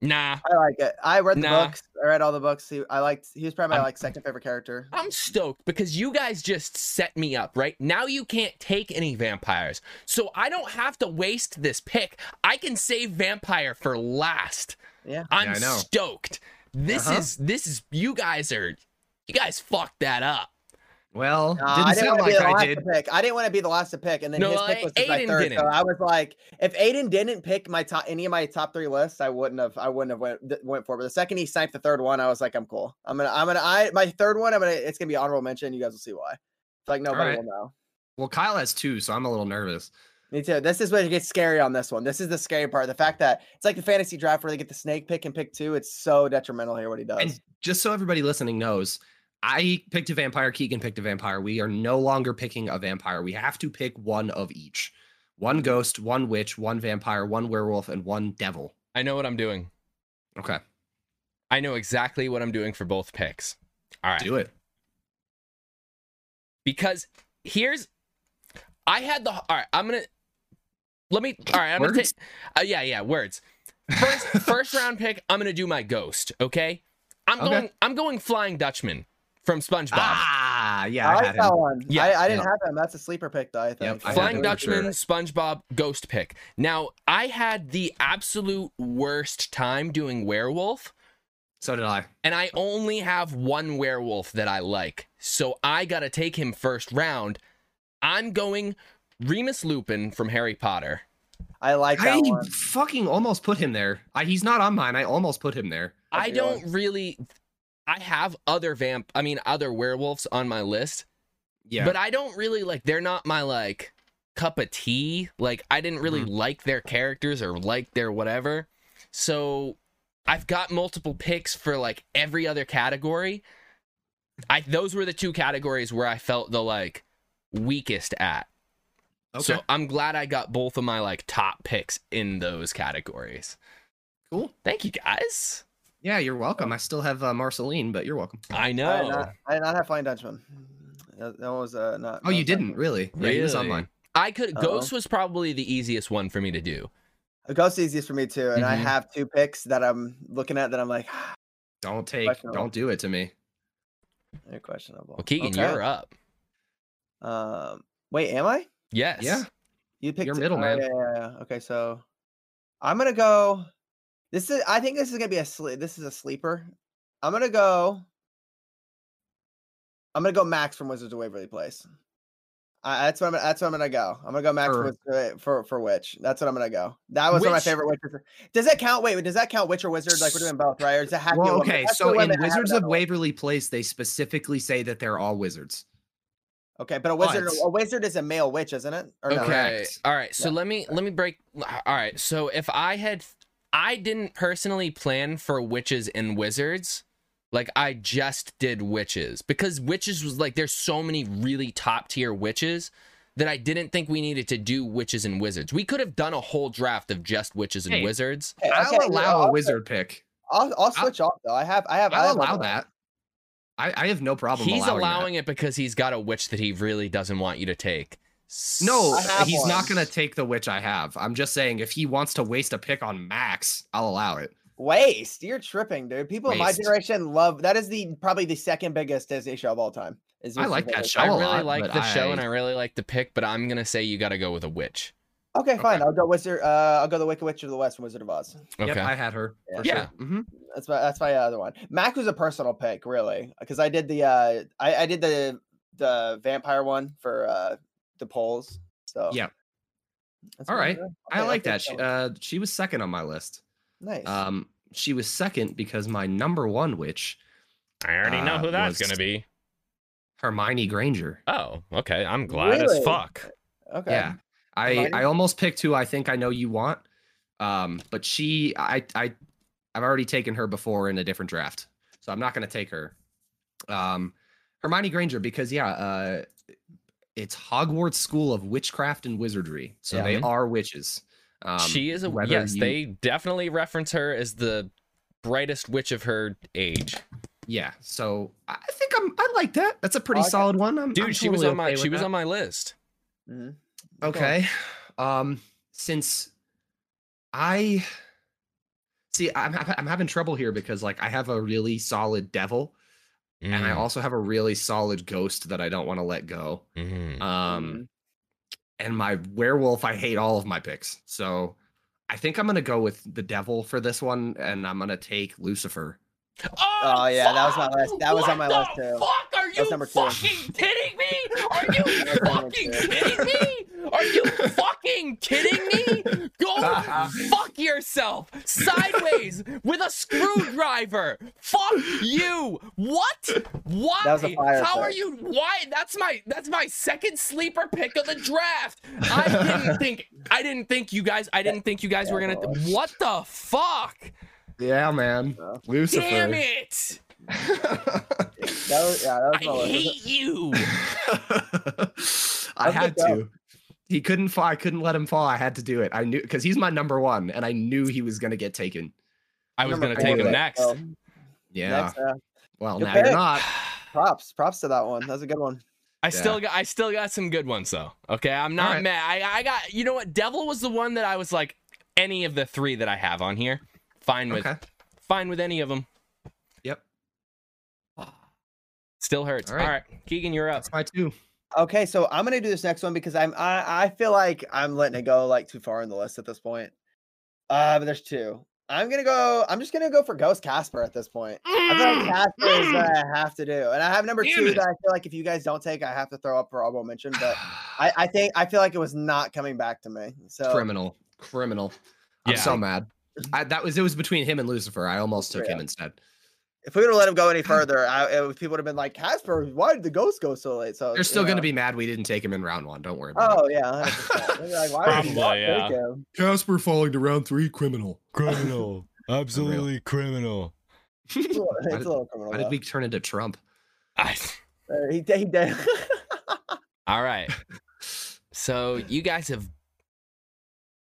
Speaker 2: nah,
Speaker 4: I like it. I read the
Speaker 2: Nah.
Speaker 4: books. I read all the books. He, I liked. He was probably my
Speaker 2: I'm-
Speaker 4: like second favorite character.
Speaker 2: I'm stoked because you guys just set me up, right? Now you can't take any vampires. So I don't have to waste this pick. I can save vampire for last.
Speaker 4: Yeah.
Speaker 2: I'm
Speaker 3: Yeah, I know.
Speaker 2: stoked. This
Speaker 3: Uh-huh.
Speaker 2: is this is you guys are you guys fucked that up.
Speaker 3: Well,
Speaker 4: Nah,
Speaker 3: didn't sound
Speaker 4: wanna be
Speaker 3: like
Speaker 4: the
Speaker 3: I
Speaker 4: last
Speaker 3: did.
Speaker 4: To pick. I didn't want to be the last to pick, and then
Speaker 2: No,
Speaker 4: his pick
Speaker 2: like,
Speaker 4: was just my
Speaker 2: Aiden
Speaker 4: 3rd So
Speaker 2: didn't.
Speaker 4: I was like, if Aiden didn't pick my top any of my top three lists, I wouldn't have. I wouldn't have went th- went for. it. But the second he sniped the third one, I was like, I'm cool. I'm gonna. I'm gonna. I my third one. I'm gonna. It's gonna be honorable mention. You guys will see why. It's like nobody
Speaker 3: right.
Speaker 4: will know.
Speaker 3: Well, Kyle has two, so I'm a little nervous.
Speaker 4: Me too. This is where it gets scary on this one. This is the scary part. The fact that it's like the fantasy draft where they get the snake pick and pick two. It's so detrimental here what he does.
Speaker 3: And just so everybody listening knows, I picked a vampire, Keegan picked a vampire. We are no longer picking a vampire. We have to pick one of each. One ghost, one witch, one vampire, one werewolf, and one devil.
Speaker 2: I know what I'm doing.
Speaker 3: Okay,
Speaker 2: I know exactly what I'm doing for both picks. All right.
Speaker 3: do it.
Speaker 2: because here's I had the all right. I'm gonna let me all right. I'm gonna
Speaker 3: Words?
Speaker 2: take uh, yeah yeah words. First first round pick. I'm gonna do my ghost. Okay, I'm
Speaker 3: Okay.
Speaker 2: going. I'm going Flying Dutchman from SpongeBob.
Speaker 3: Ah, yeah,
Speaker 4: I
Speaker 3: I
Speaker 4: like
Speaker 3: had him.
Speaker 4: that one.
Speaker 2: Yeah,
Speaker 4: I, I didn't
Speaker 3: yeah.
Speaker 4: have him. That's a sleeper pick, though. I think.
Speaker 3: I had
Speaker 2: Flying
Speaker 3: him for sure.
Speaker 2: Dutchman, SpongeBob, ghost pick. Now I had the absolute worst time doing werewolf.
Speaker 3: So did I.
Speaker 2: and I only have one werewolf that I like. So I got to take him first round. I'm going Remus Lupin from Harry Potter.
Speaker 4: I like that
Speaker 3: I
Speaker 4: one.
Speaker 3: fucking almost put him there. I, he's not on mine. I almost put him there.
Speaker 2: I
Speaker 4: Okay, go on.
Speaker 2: don't really I have other vamp I mean other werewolves on my list,
Speaker 3: Yeah,
Speaker 2: but I don't really like they're not my like cup of tea. Like I didn't really like their characters or like their whatever. So I've got multiple picks for like every other category. I those were the two categories where I felt the like weakest at.
Speaker 3: okay,
Speaker 2: So I'm glad I got both of my like top picks in those categories.
Speaker 3: cool.
Speaker 2: Thank you guys.
Speaker 3: Yeah, you're welcome. I still have uh, Marceline, but you're welcome.
Speaker 2: I
Speaker 4: I did,
Speaker 2: know.
Speaker 4: not, I did not have Flying Dutchman. That, that was uh, not.
Speaker 3: Oh,
Speaker 4: that
Speaker 3: you
Speaker 4: was not
Speaker 3: didn't
Speaker 4: mine.
Speaker 3: really? Yeah, he was on
Speaker 2: Really?
Speaker 3: mine.
Speaker 2: I could
Speaker 4: Uh-oh.
Speaker 2: Ghost was probably the easiest one for me to do.
Speaker 4: Uh, Ghost is easiest for me too, and I
Speaker 2: Mhm.
Speaker 3: Mm-hmm.
Speaker 4: have two picks that I'm looking at that I'm like,
Speaker 3: Don't take.
Speaker 4: Questionable.
Speaker 3: Don't do it to me.
Speaker 4: they're questionable.
Speaker 2: Well, Keegan,
Speaker 4: Okay.
Speaker 2: you're up.
Speaker 4: Um, wait, am I?
Speaker 2: Yes.
Speaker 3: Yeah.
Speaker 4: You picked
Speaker 3: You're middle,
Speaker 4: oh,
Speaker 3: man.
Speaker 4: Yeah, yeah, yeah. Okay, so I'm gonna go. This is. I think this is gonna be a. Sle- this is a sleeper. I'm gonna go. I'm gonna go Max from Wizards of Waverly Place. I, that's what I'm. That's what I'm gonna go. I'm gonna go Max
Speaker 3: For-
Speaker 4: for for, for, for Witch. That's what I'm gonna go. That was one of
Speaker 2: Witch-
Speaker 4: my favorite witches. Does that count? Wait, does that count Witch or Wizard? Like we're doing both, right? Or does it have to be
Speaker 3: Well,
Speaker 4: one- it
Speaker 3: okay.
Speaker 4: has to be
Speaker 3: So
Speaker 4: one
Speaker 3: in
Speaker 4: that has
Speaker 3: Wizards of
Speaker 4: another one.
Speaker 3: Waverly Place, they specifically say that they're all wizards.
Speaker 4: Okay, but a wizard,
Speaker 3: but-
Speaker 4: a wizard is a male witch, isn't it? Or no?
Speaker 2: Okay.
Speaker 3: Correct.
Speaker 2: All right. So
Speaker 4: Yeah.
Speaker 2: let me let me break. All right. So if I had, I didn't personally plan for witches and wizards. Like I just did witches because witches was like there's so many really top tier witches that I didn't think we needed to do witches and wizards. We could have done a whole draft of just witches and
Speaker 3: Hey,
Speaker 2: wizards.
Speaker 4: Okay,
Speaker 3: I'll
Speaker 4: okay,
Speaker 3: allow
Speaker 4: I'll-
Speaker 3: a wizard pick.
Speaker 4: I'll, I'll
Speaker 3: I'll-
Speaker 4: switch off though. I have I have I
Speaker 3: I'll
Speaker 4: have
Speaker 3: allow
Speaker 4: other-
Speaker 3: that. I, I have no problem.
Speaker 2: He's
Speaker 3: allowing,
Speaker 2: allowing it because he's got a witch that he really doesn't want you to take.
Speaker 3: No,
Speaker 4: I have
Speaker 3: he's not
Speaker 4: one.
Speaker 3: gonna take the witch I have. I'm just saying if he wants to waste a pick on Max, I'll allow it.
Speaker 4: Waste. You're tripping, dude. People in my
Speaker 3: Waste.
Speaker 4: generation love that is the probably the second biggest Disney show of all time. is
Speaker 3: I
Speaker 4: Mr.
Speaker 3: like that
Speaker 4: Waste.
Speaker 3: show.
Speaker 2: I
Speaker 3: a
Speaker 2: really
Speaker 3: lot,
Speaker 2: like
Speaker 3: but
Speaker 2: the show
Speaker 3: I-
Speaker 2: and I really like the pick, but I'm gonna say you got to go with a witch.
Speaker 4: Okay, fine. I'll go Wizard. Uh, I'll go the Wicked Witch of the West and Wizard of Oz.
Speaker 2: Okay.
Speaker 3: Yep, I had her. for
Speaker 2: Yeah.
Speaker 3: sure. Mhm.
Speaker 4: That's my that's my other one. Mac was a personal pick, really, because I did the uh I, I did the the vampire one for uh the polls. So
Speaker 3: Yeah.
Speaker 4: That's
Speaker 3: All
Speaker 4: what I'm
Speaker 3: right.
Speaker 4: doing. I'll
Speaker 3: I
Speaker 4: take- I'll
Speaker 3: like
Speaker 4: take
Speaker 3: that. She,
Speaker 4: one.
Speaker 3: uh, she was second on my list.
Speaker 4: nice.
Speaker 3: Um, she was second because my number one witch,
Speaker 2: I already know
Speaker 3: Uh,
Speaker 2: who that's
Speaker 3: was-
Speaker 2: gonna be.
Speaker 3: Hermione Granger.
Speaker 2: Oh, okay. I'm glad as
Speaker 4: Really?
Speaker 2: fuck.
Speaker 4: okay.
Speaker 3: Yeah. I,
Speaker 4: Hermione?
Speaker 3: I almost picked who I think I know you want. Um, but she I I I've already taken her before in a different draft. So I'm not gonna take her. Um Hermione Granger, because yeah, uh it's Hogwarts School of Witchcraft and Wizardry. So
Speaker 4: Yeah.
Speaker 3: they are witches. Um,
Speaker 2: she is a
Speaker 3: whether
Speaker 2: yes.
Speaker 3: you-
Speaker 2: They definitely reference her as the brightest witch of her age.
Speaker 3: yeah. So I I think I'm I like that. That's a pretty
Speaker 4: I like it.
Speaker 3: solid one. I'm,
Speaker 2: Dude,
Speaker 3: I'm
Speaker 2: she was
Speaker 3: totally
Speaker 2: on my
Speaker 3: okay
Speaker 2: she
Speaker 3: with
Speaker 2: was
Speaker 3: that.
Speaker 2: on my list.
Speaker 4: Mhm.
Speaker 3: Okay. Um, since I see, I'm ha- I'm having trouble here because like I have a really solid devil, and I
Speaker 2: Mm,
Speaker 3: also have a really solid ghost that I don't want to let go.
Speaker 2: mhm.
Speaker 3: Um, and my werewolf, I hate all of my picks, so I think I'm gonna go with the devil for this one, and I'm gonna take Lucifer.
Speaker 4: Oh, yeah, that was my list- that was on my list, too.
Speaker 2: Fuck, are
Speaker 4: was number two.
Speaker 2: kidding me? Are you
Speaker 4: That was number two.
Speaker 2: kidding me? Are you fucking kidding me? Go fuck yourself sideways with a screwdriver. Fuck you. What? Why?
Speaker 4: That was a fire
Speaker 2: How are
Speaker 4: pick.
Speaker 2: you? Why? That's my that's my second sleeper pick of the draft. I didn't think I didn't think you guys I didn't think you guys were gonna. what the fuck?
Speaker 3: Yeah, man,
Speaker 4: Yeah.
Speaker 3: Lucifer.
Speaker 2: Damn it!
Speaker 4: That was, yeah, that was
Speaker 2: I
Speaker 4: my
Speaker 2: hate
Speaker 4: list.
Speaker 2: you.
Speaker 3: I
Speaker 4: That's a
Speaker 3: had
Speaker 4: good job.
Speaker 3: to. He couldn't fall. I couldn't let him fall. I had to do it. I knew because he's my number one, and I knew he was gonna get taken.
Speaker 2: I was
Speaker 4: Number
Speaker 2: gonna take
Speaker 4: four,
Speaker 2: him
Speaker 4: but,
Speaker 2: next.
Speaker 4: well,
Speaker 3: Yeah.
Speaker 4: next, uh,
Speaker 3: Well,
Speaker 4: Good
Speaker 3: now
Speaker 4: pick.
Speaker 3: you're not.
Speaker 4: props, props to that one. That's a good one.
Speaker 2: I still got I still got some good ones though. Okay, I'm not
Speaker 3: Alright.
Speaker 2: mad. I, I got you know what? Devil was the one that I was like any of the three that I have on here. Fine with
Speaker 3: Okay.
Speaker 2: fine with any of them.
Speaker 3: Yep.
Speaker 2: Still hurts. All
Speaker 3: Alright.
Speaker 2: All right Keegan, you're up.
Speaker 3: That's my two.
Speaker 4: Okay, so I'm gonna do this next one because I'm I, I feel like I'm letting it go like too far in the list at this point. Uh, but there's two. I'm gonna go. I'm just gonna go for Ghost Casper at this point. I feel like Casper is what I have to do, and I have number
Speaker 3: Mm, Damn
Speaker 4: two
Speaker 3: it.
Speaker 4: that I feel like if you guys don't take, I have to throw up for honorable mention. But I, I think I feel like it was not coming back to me. So
Speaker 3: criminal, criminal. I'm
Speaker 2: Yeah.
Speaker 3: so mad. I, that was it was between him and Lucifer. I almost took him instead.
Speaker 4: if we would have let him go any further, I, it, would- people would have been like, Casper, why did the ghost go so late? So
Speaker 3: They're
Speaker 4: you
Speaker 3: still
Speaker 4: know.
Speaker 3: gonna be mad we didn't take him in round one. Don't worry. About
Speaker 4: Oh yeah, 100%. They'd be like, why would you
Speaker 2: Probably,
Speaker 4: not
Speaker 2: yeah.
Speaker 4: take him?
Speaker 3: it. Casper falling to round three, criminal.
Speaker 2: Criminal. Absolutely criminal.
Speaker 4: It's a little-
Speaker 3: Why
Speaker 4: it's
Speaker 3: did-
Speaker 4: a little criminal.
Speaker 3: Why
Speaker 4: though.
Speaker 3: did we turn into Trump?
Speaker 2: I,
Speaker 4: Uh, he did. He did.
Speaker 2: all right. So you guys have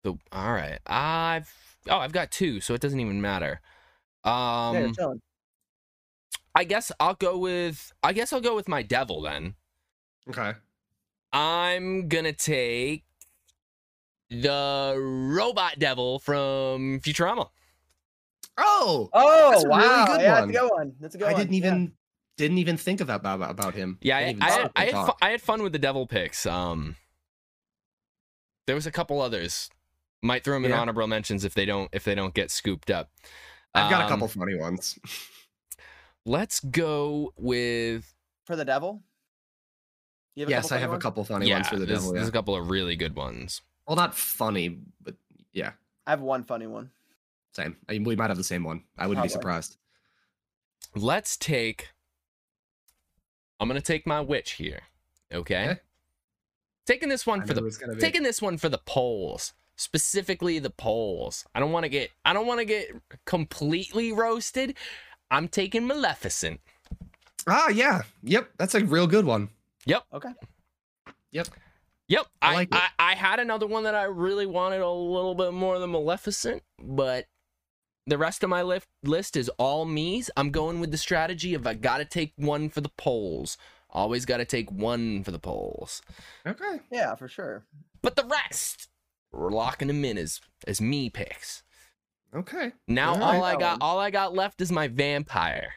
Speaker 2: the all right. I've oh I've got two, so it doesn't even matter. Um
Speaker 4: yeah, you're chilling.
Speaker 2: I guess I'll go with I guess I'll go with my devil then.
Speaker 3: Okay.
Speaker 2: I'm gonna take the robot devil from Futurama.
Speaker 3: Oh,
Speaker 4: Oh
Speaker 3: That's a really
Speaker 4: wow,
Speaker 3: good
Speaker 4: yeah,
Speaker 3: one.
Speaker 4: that's a good one. That's a good
Speaker 3: I
Speaker 4: one.
Speaker 3: didn't
Speaker 4: yeah.
Speaker 3: even didn't even think about about, about him.
Speaker 2: Yeah, I,
Speaker 3: Didn't
Speaker 2: I,
Speaker 3: even
Speaker 2: had,
Speaker 3: stop
Speaker 2: I,
Speaker 3: and
Speaker 2: had fu-
Speaker 3: talk.
Speaker 2: I had fun with the devil picks. Um, there was a couple others. Might throw them in
Speaker 3: Yeah.
Speaker 2: honorable mentions if they don't if they don't get scooped up.
Speaker 3: I've got a
Speaker 2: Um,
Speaker 3: couple funny ones.
Speaker 2: Let's go with
Speaker 4: for the devil. You have a
Speaker 3: Yes,
Speaker 4: couple
Speaker 3: I
Speaker 4: funny
Speaker 3: have a
Speaker 4: ones?
Speaker 3: couple funny
Speaker 2: yeah,
Speaker 3: ones for the
Speaker 2: there's,
Speaker 3: devil.
Speaker 2: there's
Speaker 3: Yeah.
Speaker 2: a couple of really good ones.
Speaker 3: Well, not funny, but yeah,
Speaker 4: I have one funny one.
Speaker 3: same. I mean, we might have the same one. I wouldn't be
Speaker 4: Probably.
Speaker 3: surprised.
Speaker 2: Let's take. I'm gonna take my witch here. Okay.
Speaker 3: Okay.
Speaker 2: Taking this one for the
Speaker 3: gonna
Speaker 2: taking this one for the polls specifically the polls i don't want to get i don't want to get completely roasted i'm taking maleficent
Speaker 3: Ah, yeah. Yep. That's a real good one.
Speaker 4: Okay.
Speaker 2: yep
Speaker 3: I
Speaker 2: i
Speaker 3: like it.
Speaker 2: I, I had another one that i really wanted a little bit more than maleficent but the rest of my lif- list is all me's i'm going with the strategy of i gotta take one for the polls Always got to take one for the polls.
Speaker 3: Okay.
Speaker 4: Yeah, for sure.
Speaker 2: But the rest, we're locking them in as as me picks.
Speaker 3: Okay.
Speaker 2: Now
Speaker 3: All
Speaker 2: all,
Speaker 3: right,
Speaker 2: I
Speaker 4: that
Speaker 2: got
Speaker 4: one.
Speaker 2: all I got left is my vampire.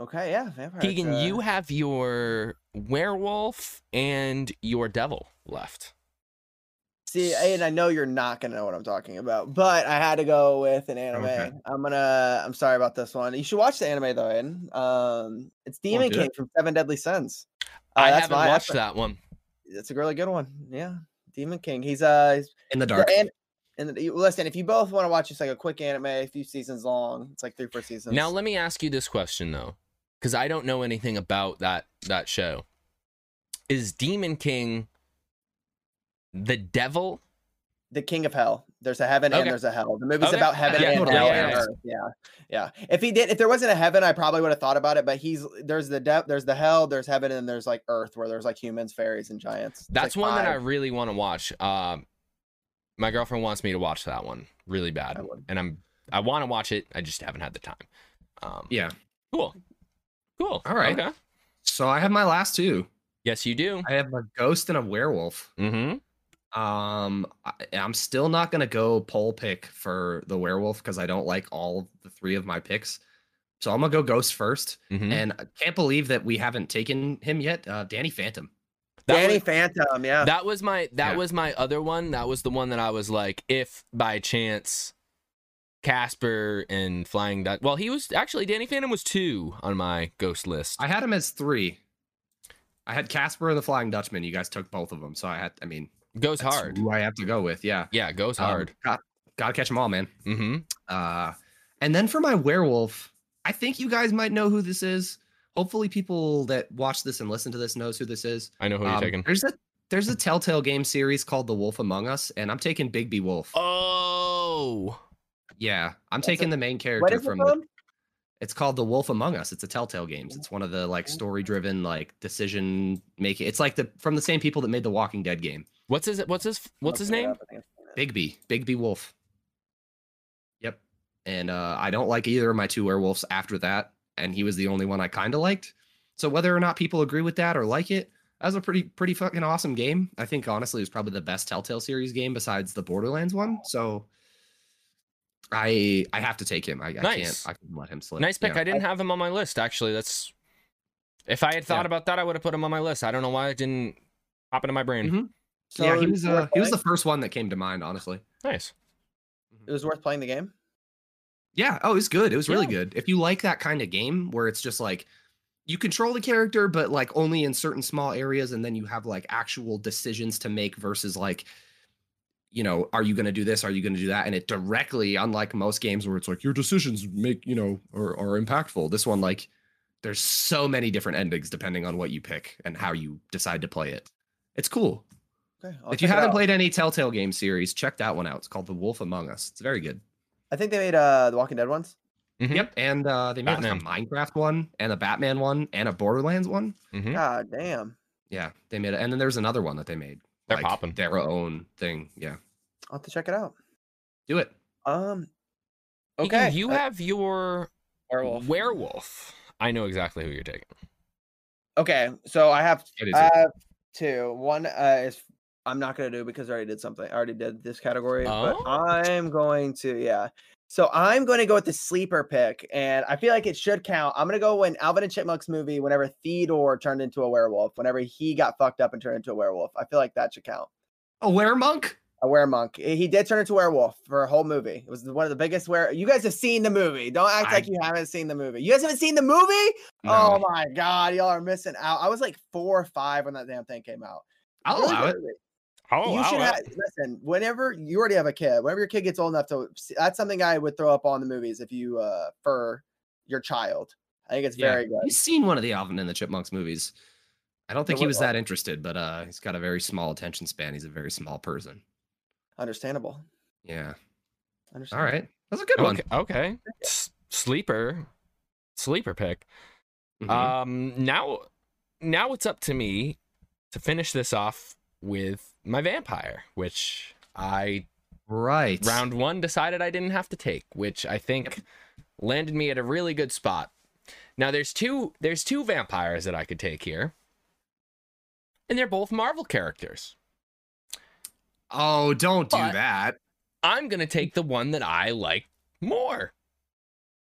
Speaker 4: Okay, yeah, vampire.
Speaker 2: Keegan, you have your werewolf and your devil left.
Speaker 4: see, and I know you're not gonna know what I'm talking about, but I had to go with an anime.
Speaker 3: Okay.
Speaker 4: I'm gonna. I'm sorry about this one. You should watch the anime though, Aiden. Um, it's Demon
Speaker 3: do
Speaker 4: King from Seven Deadly Sins. Uh,
Speaker 2: I
Speaker 4: that's
Speaker 2: haven't
Speaker 4: my-
Speaker 2: watched
Speaker 4: that's
Speaker 2: that one.
Speaker 4: my- It's a really good one. Yeah, Demon King. He's uh, he's
Speaker 3: In the
Speaker 4: the
Speaker 3: dark.
Speaker 4: an- and the- listen, if you both want to watch just like a quick anime, a few seasons long, it's like three, four seasons.
Speaker 2: Now let me ask you this question though, because I don't know anything about that that show. Is Demon King the devil?
Speaker 4: the king of hell. There's a heaven
Speaker 2: Okay.
Speaker 4: and there's a hell. The movie's
Speaker 2: Okay.
Speaker 4: about heaven
Speaker 2: Yeah,
Speaker 4: and
Speaker 2: totally.
Speaker 4: hell.
Speaker 2: Yeah,
Speaker 4: and
Speaker 2: yeah.
Speaker 4: earth. Yeah, yeah. If he did, if there wasn't a heaven, I probably would have thought about it. But he's there's the depth, there's the hell, there's heaven, and there's like earth where there's like humans, fairies, and giants. It's,
Speaker 2: That's
Speaker 4: like,
Speaker 2: one that I
Speaker 4: five.
Speaker 2: really want to watch. Um, my girlfriend wants me to watch that one really bad,
Speaker 4: I would.
Speaker 2: and I'm I want to watch it. I just haven't had the time. Um,
Speaker 3: Yeah.
Speaker 2: Cool. Cool.
Speaker 3: All right.
Speaker 2: Okay.
Speaker 3: So I have my last two.
Speaker 2: Yes, you do.
Speaker 3: I have a ghost and a werewolf.
Speaker 2: Mm-hmm.
Speaker 3: Um, I, I'm still not gonna go poll pick for the werewolf because I don't like all of the three of my picks. So I'm gonna go ghost 1st
Speaker 4: Hmm.
Speaker 2: Mm-hmm.
Speaker 3: and I can't believe that we haven't taken him yet. Uh, Danny Phantom.
Speaker 4: Danny Phantom. Yeah,
Speaker 2: that was my that
Speaker 3: Yeah.
Speaker 2: was my other one. That was the one that I was like, if by chance Casper and Flying Dutch. Well, he was actually Danny Phantom was two on my ghost list.
Speaker 3: I had him as three. I had Casper and the Flying Dutchman. You guys took both of them, so I had. I mean,
Speaker 2: goes
Speaker 3: that's
Speaker 2: hard.
Speaker 3: Who I have to go with? Yeah,
Speaker 2: Yeah, goes
Speaker 3: Um,
Speaker 2: hard.
Speaker 3: got, gotta catch them all, man.
Speaker 2: Mm-hmm.
Speaker 3: Uh, and then for my werewolf, I think you guys might know who this is. Hopefully, people that watch this and listen to this knows who this is.
Speaker 2: I know who you're
Speaker 3: Um,
Speaker 2: taking.
Speaker 3: There's a there's a Telltale game series called The Wolf Among Us, and I'm taking Bigby Wolf.
Speaker 2: Oh,
Speaker 3: Yeah, I'm
Speaker 4: That's
Speaker 3: taking
Speaker 4: a-
Speaker 3: the main
Speaker 4: what
Speaker 3: character
Speaker 4: is it
Speaker 3: from.
Speaker 4: called?
Speaker 3: The, it's called The Wolf Among Us. It's a Telltale games. It's one of the like
Speaker 4: Okay.
Speaker 3: story driven like decision making. It's like the from the same people that made the Walking Dead game.
Speaker 2: what's his what's his what's his
Speaker 4: Looking it
Speaker 2: name?
Speaker 4: up, I think it's called that.
Speaker 3: Bigby, Bigby Wolf. Yep. And uh, I don't like either of my two werewolves after that. And he was the only one I kind of liked. So whether or not people agree with that or like it, that was a pretty pretty fucking awesome game. I think honestly it was probably the best Telltale series game besides the Borderlands one. So I I have to take him. I, I can't
Speaker 2: Nice.
Speaker 3: I can let him slip.
Speaker 2: Nice pick.
Speaker 3: Yeah.
Speaker 2: I didn't have him on my list actually. That's if I had thought
Speaker 3: Yeah.
Speaker 2: about that, I would have put him on my list. I don't know why it didn't pop into my brain.
Speaker 3: Mhm. yeah, he
Speaker 4: it
Speaker 3: was uh,
Speaker 4: worth
Speaker 3: he was the
Speaker 4: playing?
Speaker 3: first one that came to mind, honestly.
Speaker 2: Nice.
Speaker 4: It was worth playing the game.
Speaker 3: Yeah. Oh, it was good. It was really
Speaker 2: Yeah.
Speaker 3: good. If you like that kind of game where it's just like you control the character, but like only in certain small areas, and then you have like actual decisions to make versus like, you know, are you going to do this? Are you going to do that? And it directly, unlike most games where it's like your decisions make, you know, are, are impactful. This one, like, there's so many different endings depending on what you pick and how you decide to play it. It's cool.
Speaker 4: Okay, I'll
Speaker 3: if you
Speaker 4: check it
Speaker 3: haven't
Speaker 4: out.
Speaker 3: played any Telltale game series, check that one out. It's called The Wolf Among Us. It's very good.
Speaker 4: I think they made uh the Walking Dead ones.
Speaker 2: Mhm.
Speaker 3: Yep, and uh, they made like, a Minecraft one, and a Batman one, and a Borderlands one.
Speaker 2: Mm-hmm.
Speaker 4: God damn,
Speaker 3: Yeah, they made it, and then there's another one that they made.
Speaker 2: They're popping.
Speaker 3: their own thing. Yeah,
Speaker 4: I'll have to check it out.
Speaker 3: do it.
Speaker 4: Um,
Speaker 2: Okay.
Speaker 4: okay,
Speaker 2: You
Speaker 4: uh,
Speaker 2: have your
Speaker 4: werewolf.
Speaker 2: werewolf. I know exactly who you're taking.
Speaker 4: Okay, so I have
Speaker 3: It is.
Speaker 4: I have two. One uh, is I'm not gonna do because I already did something. I already did this category,
Speaker 2: Oh.
Speaker 4: but I'm going to yeah. So I'm going to go with the sleeper pick, and I feel like it should count. I'm going to go when Alvin and Chipmunks movie, whenever Theodore turned into a werewolf, whenever he got fucked up and turned into a werewolf. I feel like that should count.
Speaker 3: a werewolf.
Speaker 4: A weremonk. He he did turn into a werewolf for a whole movie. It was one of the biggest were. You guys have seen the movie. Don't act
Speaker 3: I-
Speaker 4: like you haven't seen the movie. You guys haven't seen the movie? Oh my god, y'all are missing out. I was like four or five when that damn thing came out.
Speaker 3: I'll
Speaker 4: Really
Speaker 3: allow it.
Speaker 4: good movie.
Speaker 2: Oh,
Speaker 4: you should have listen. Whenever you already have a kid, whenever your kid gets old enough to, see, that's something I would throw up on the movies if you uh for your child. I think it's
Speaker 3: Yeah.
Speaker 4: very good.
Speaker 3: You've seen one of the Alvin and the Chipmunks movies. I don't think he
Speaker 4: what-
Speaker 3: was that interested, but uh, he's got a very small attention span. He's a very small person.
Speaker 4: Understandable.
Speaker 3: Yeah. All
Speaker 4: Understandable.
Speaker 3: right. That's a good one.
Speaker 2: okay. okay. S- sleeper, sleeper pick.
Speaker 3: Mhm.
Speaker 2: Um, now, now it's up to me to finish this off with my vampire, which I
Speaker 3: Mm-hmm. right.
Speaker 2: round one decided I didn't have to take, which I think landed me at a really good spot. Now there's two there's two vampires that I could take here. And they're both Marvel characters.
Speaker 3: Oh, don't do
Speaker 2: But-
Speaker 3: that.
Speaker 2: I'm going to take the one that I like more.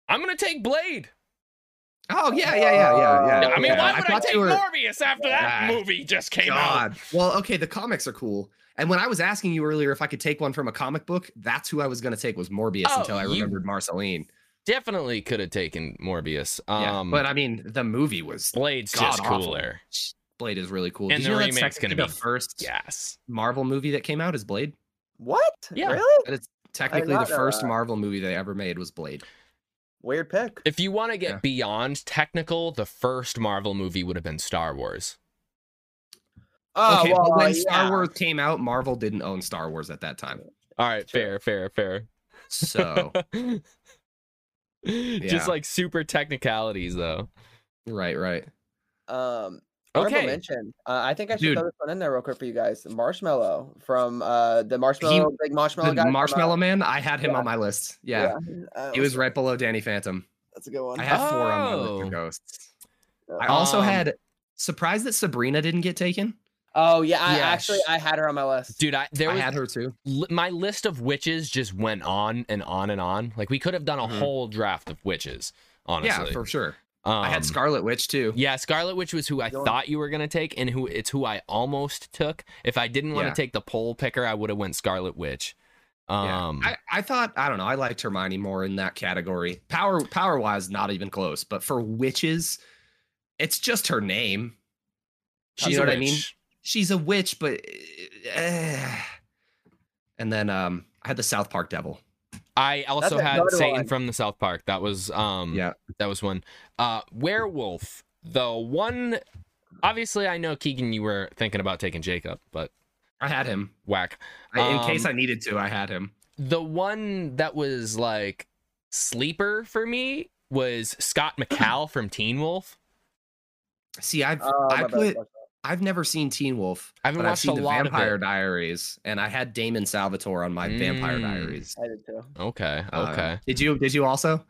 Speaker 2: I'm going to take Blade.
Speaker 3: Oh yeah, yeah, yeah, yeah, yeah.
Speaker 4: Uh,
Speaker 2: Oh, I mean,
Speaker 3: Oh, yeah.
Speaker 2: why would I,
Speaker 3: thought
Speaker 2: take
Speaker 3: you were-
Speaker 2: Morbius after that
Speaker 3: Ah,
Speaker 2: movie just came out?
Speaker 3: God. Well, okay, the comics are cool. And when I was asking you earlier if I could take one from a comic book, that's who I was going to take was Morbius
Speaker 2: Oh,
Speaker 3: until I
Speaker 2: you-
Speaker 3: remembered Marceline.
Speaker 2: Definitely could have taken Morbius. Um,
Speaker 3: Yeah, but I mean, the movie was
Speaker 2: Blade's just
Speaker 3: god-awful.
Speaker 2: cooler.
Speaker 3: Blade is really cool.
Speaker 2: And
Speaker 3: Did
Speaker 2: the
Speaker 3: you know that's
Speaker 2: remake's gonna
Speaker 3: technically the
Speaker 2: be-
Speaker 3: first
Speaker 2: Yes.
Speaker 3: Marvel movie that came out is Blade.
Speaker 4: What?
Speaker 2: Yeah.
Speaker 4: Really?
Speaker 3: That is technically the
Speaker 4: not know
Speaker 3: first
Speaker 4: that.
Speaker 3: Marvel movie they ever made was Blade.
Speaker 4: Weird pick.
Speaker 2: If you want to get
Speaker 3: Yeah.
Speaker 2: beyond technical, the first Marvel movie would have been Star Wars.
Speaker 4: Oh,
Speaker 3: okay,
Speaker 4: well,
Speaker 3: but when
Speaker 4: yeah.
Speaker 3: Star Wars came out, Marvel didn't own Star Wars at that time.
Speaker 2: All right,
Speaker 4: Sure.
Speaker 2: fair, fair,
Speaker 3: So,
Speaker 2: fair.
Speaker 3: Oh. Yeah.
Speaker 2: Just like super technicalities, though.
Speaker 3: right, right.
Speaker 4: Um, honorable
Speaker 2: Okay.
Speaker 4: mention. Uh, I think I should
Speaker 3: Dude.
Speaker 4: throw this one in there real quick for you guys. Marshmallow from uh the marshmallow big marshmallow
Speaker 3: The
Speaker 4: guy. from, uh,
Speaker 3: Marshmallow Man, I had him
Speaker 4: yeah.
Speaker 3: on my list. Yeah.
Speaker 4: uh,
Speaker 3: He was right below Danny Phantom.
Speaker 4: That's a good one.
Speaker 3: I had four on my list
Speaker 2: Oh.
Speaker 3: of ghosts.
Speaker 4: Yeah.
Speaker 3: I also
Speaker 2: Um,
Speaker 3: had surprised that Sabrina didn't get taken.
Speaker 4: oh yeah, I
Speaker 3: Yeah,
Speaker 4: actually
Speaker 3: sh-
Speaker 4: I had her on my list.
Speaker 2: Dude, I there
Speaker 3: I
Speaker 2: was
Speaker 3: had her too.
Speaker 2: li- my list of witches just went on and on and on. Like we could have done a
Speaker 3: Mhm.
Speaker 2: whole draft of witches, honestly.
Speaker 3: Yeah, for sure.
Speaker 2: um,
Speaker 3: I had Scarlet Witch too.
Speaker 2: Yeah, Scarlet Witch was who I
Speaker 4: Don't-
Speaker 2: thought you were gonna take, and who it's who I almost took. If I didn't want to
Speaker 3: Yeah.
Speaker 2: take the pole picker, I would have went Scarlet Witch.
Speaker 3: Yeah.
Speaker 2: Um,
Speaker 3: I, I thought I don't know. I liked Hermione more in that category. Power power wise, not even close. But for witches, it's just her name.
Speaker 2: she's
Speaker 3: you know
Speaker 2: a
Speaker 3: what I mean?
Speaker 2: witch.
Speaker 3: She's a witch, but. eh. And then um, I had the South Park Devil.
Speaker 2: I also
Speaker 4: a
Speaker 2: had
Speaker 4: good
Speaker 2: Satan
Speaker 4: one.
Speaker 2: from the South Park. That was um,
Speaker 3: Yeah.
Speaker 2: that was one. Uh, werewolf, the one. Obviously, I know Keegan, you were thinking about taking Jacob, but
Speaker 3: I had him
Speaker 2: whack.
Speaker 3: I, in case
Speaker 2: Um,
Speaker 3: I needed to. I had him.
Speaker 2: the one that was like sleeper for me was Scott McCall from Teen Wolf.
Speaker 3: See, I've
Speaker 4: Oh, my
Speaker 3: I
Speaker 4: bad,
Speaker 3: put
Speaker 4: Marshmallow.
Speaker 3: I've never seen Teen Wolf.
Speaker 2: I haven't
Speaker 3: but I've
Speaker 2: watched
Speaker 3: seen
Speaker 2: a
Speaker 3: the
Speaker 2: lot of
Speaker 3: Vampire
Speaker 2: it.
Speaker 3: Diaries, and I had Damon Salvatore on my Vampire
Speaker 2: Mm.
Speaker 3: Diaries.
Speaker 4: I did too.
Speaker 2: Okay,
Speaker 3: Uh,
Speaker 2: okay.
Speaker 3: did you? Did you also?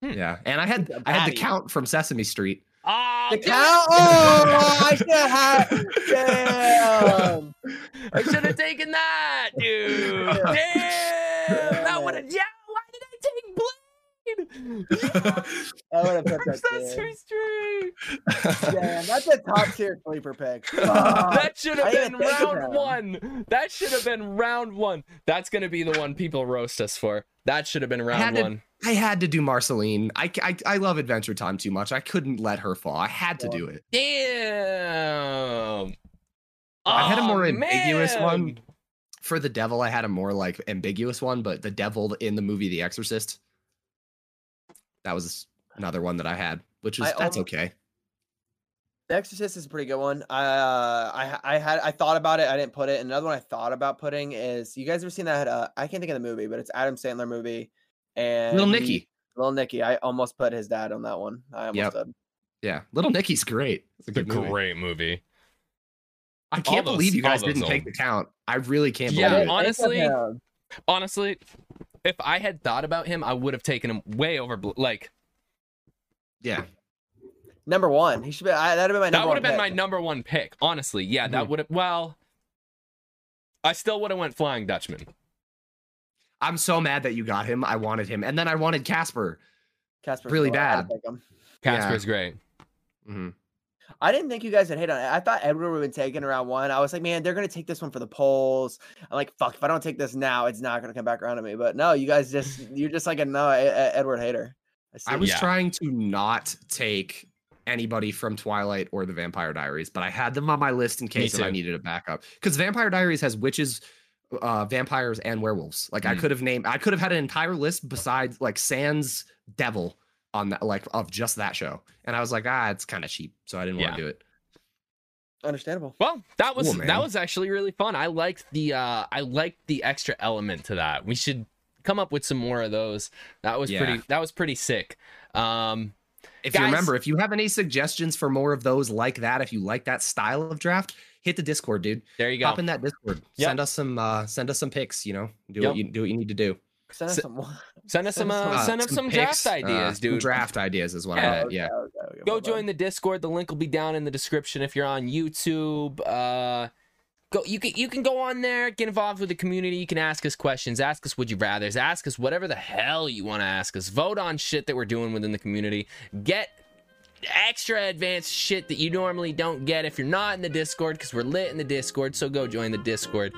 Speaker 2: Hmm.
Speaker 3: Yeah, and I had I had the
Speaker 4: Baddie.
Speaker 3: Count from Sesame Street.
Speaker 2: Ah,
Speaker 4: The cow. Oh, I should have. Damn.
Speaker 2: I should have taken that, dude. Damn, that would have. Yeah, why did I take Blade?
Speaker 4: I would have put that.
Speaker 2: That's
Speaker 4: too.
Speaker 2: straight.
Speaker 4: Damn, that's a top tier sleeper pick. Fuck.
Speaker 2: That should have
Speaker 4: Uh, I
Speaker 2: been
Speaker 4: didn't think of
Speaker 2: round one. That should have been round one. That's gonna be the one people roast us for. That should have been
Speaker 3: had
Speaker 2: round
Speaker 3: to-
Speaker 2: one.
Speaker 3: I had to do Marceline. I, c- I I love Adventure Time too much. I couldn't let her fall. I had to
Speaker 4: Yeah.
Speaker 3: do it.
Speaker 2: Damn.
Speaker 3: I had a
Speaker 2: Aw,
Speaker 3: more ambiguous one.
Speaker 2: man.
Speaker 3: For the devil, I had a more like ambiguous one, but the devil in the movie The Exorcist. That was another one that I had, which is
Speaker 4: I
Speaker 3: that's
Speaker 4: almo-
Speaker 3: okay.
Speaker 4: The Exorcist is a pretty good one. I, Uh, I ha- I had I thought about it. I didn't put it. Another one I thought about putting is you guys ever seen that? Uh, I can't think of the movie, but it's Adam Sandler movie and
Speaker 3: Little Nicky.
Speaker 4: Little Nicky. I almost put his dad on that one. I almost
Speaker 3: Yep.
Speaker 4: did.
Speaker 3: Yeah, Little Nicky's great. It's a
Speaker 2: It's a
Speaker 3: good movie.
Speaker 2: great movie.
Speaker 3: I can't
Speaker 2: those-
Speaker 3: believe you
Speaker 2: all
Speaker 3: guys
Speaker 2: those
Speaker 3: didn't take
Speaker 2: old-
Speaker 3: the count. I really can't
Speaker 2: Yeah,
Speaker 3: believe it.
Speaker 2: on- honestly,
Speaker 4: Think of him.
Speaker 2: Honestly, if I had thought about him, I would have taken him way over. Bl- Like
Speaker 3: Yeah,
Speaker 4: number one, he should be. I, that'd have been my
Speaker 2: that
Speaker 4: number.
Speaker 2: would have been my
Speaker 4: one pick.
Speaker 2: number one pick. Honestly, yeah,
Speaker 3: Hmm.
Speaker 2: that would have. Well, I still would have went Flying Dutchman.
Speaker 3: I'm so mad that you got him. I wanted him, and then I wanted Casper.
Speaker 4: Casper
Speaker 3: really
Speaker 4: Schmeier, I had to
Speaker 3: bad.
Speaker 4: pick him.
Speaker 2: Casper's great.
Speaker 3: Mhm.
Speaker 4: I didn't think you guys would hate on it. I thought Edward would have been taken around one. I was like, man, they're gonna take this one for the polls. I'm like, fuck, if I don't take this now, it's not gonna come back around to me. But no, you guys just you're just like a no E- E- Edward hater.
Speaker 3: I
Speaker 4: see.
Speaker 3: was
Speaker 2: Yeah.
Speaker 3: trying to not take anybody from Twilight or The Vampire Diaries, but I had them on my list in case if I
Speaker 2: too.
Speaker 3: needed a backup. Because Vampire Diaries has witches, uh, vampires, and werewolves. Like I
Speaker 2: Mm.
Speaker 3: could have named, I could have had an entire list besides like Sans Devil on that, like of just that show. And I was like, ah, it's kind of cheap, so I didn't want
Speaker 2: Yeah.
Speaker 3: to do it.
Speaker 4: Understandable.
Speaker 2: Well, that was
Speaker 3: Cool, man.
Speaker 2: that was actually really fun. I liked the uh I liked the extra element to that. We should come up with some more of those. That was
Speaker 3: Yeah.
Speaker 2: pretty that was pretty sick. Um
Speaker 3: If you
Speaker 2: Guys-
Speaker 3: remember, if you have any suggestions for more of those like that, if you like that style of draft, hit the Discord, dude.
Speaker 2: There you go.
Speaker 3: Hop in that Discord.
Speaker 2: Yep.
Speaker 3: Send us some uh send us some picks, you know. Do
Speaker 2: Yep.
Speaker 3: what you do what you need to do.
Speaker 4: Send us
Speaker 2: So-
Speaker 4: some.
Speaker 2: Send us some, uh,
Speaker 3: Uh,
Speaker 2: send us some
Speaker 3: picks,
Speaker 2: draft
Speaker 3: uh,
Speaker 2: ideas,
Speaker 3: some
Speaker 2: dude.
Speaker 3: Draft ideas is what
Speaker 2: Yeah.
Speaker 3: I meant. Yeah.
Speaker 2: Go join the Discord. The link will be down in the description if you're on YouTube. Uh, go you can you can go on there, get involved with the community. You can ask us questions, ask us would you rather's, ask us whatever the hell you want to ask us. Vote on shit that we're doing within the community. Get extra advanced shit that you normally don't get if you're not in the Discord because we're lit in the Discord. So go join the Discord.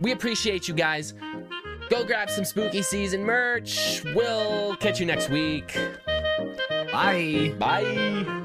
Speaker 2: We appreciate you guys. Go grab some spooky season merch. We'll catch you next week.
Speaker 3: Bye.
Speaker 2: Bye.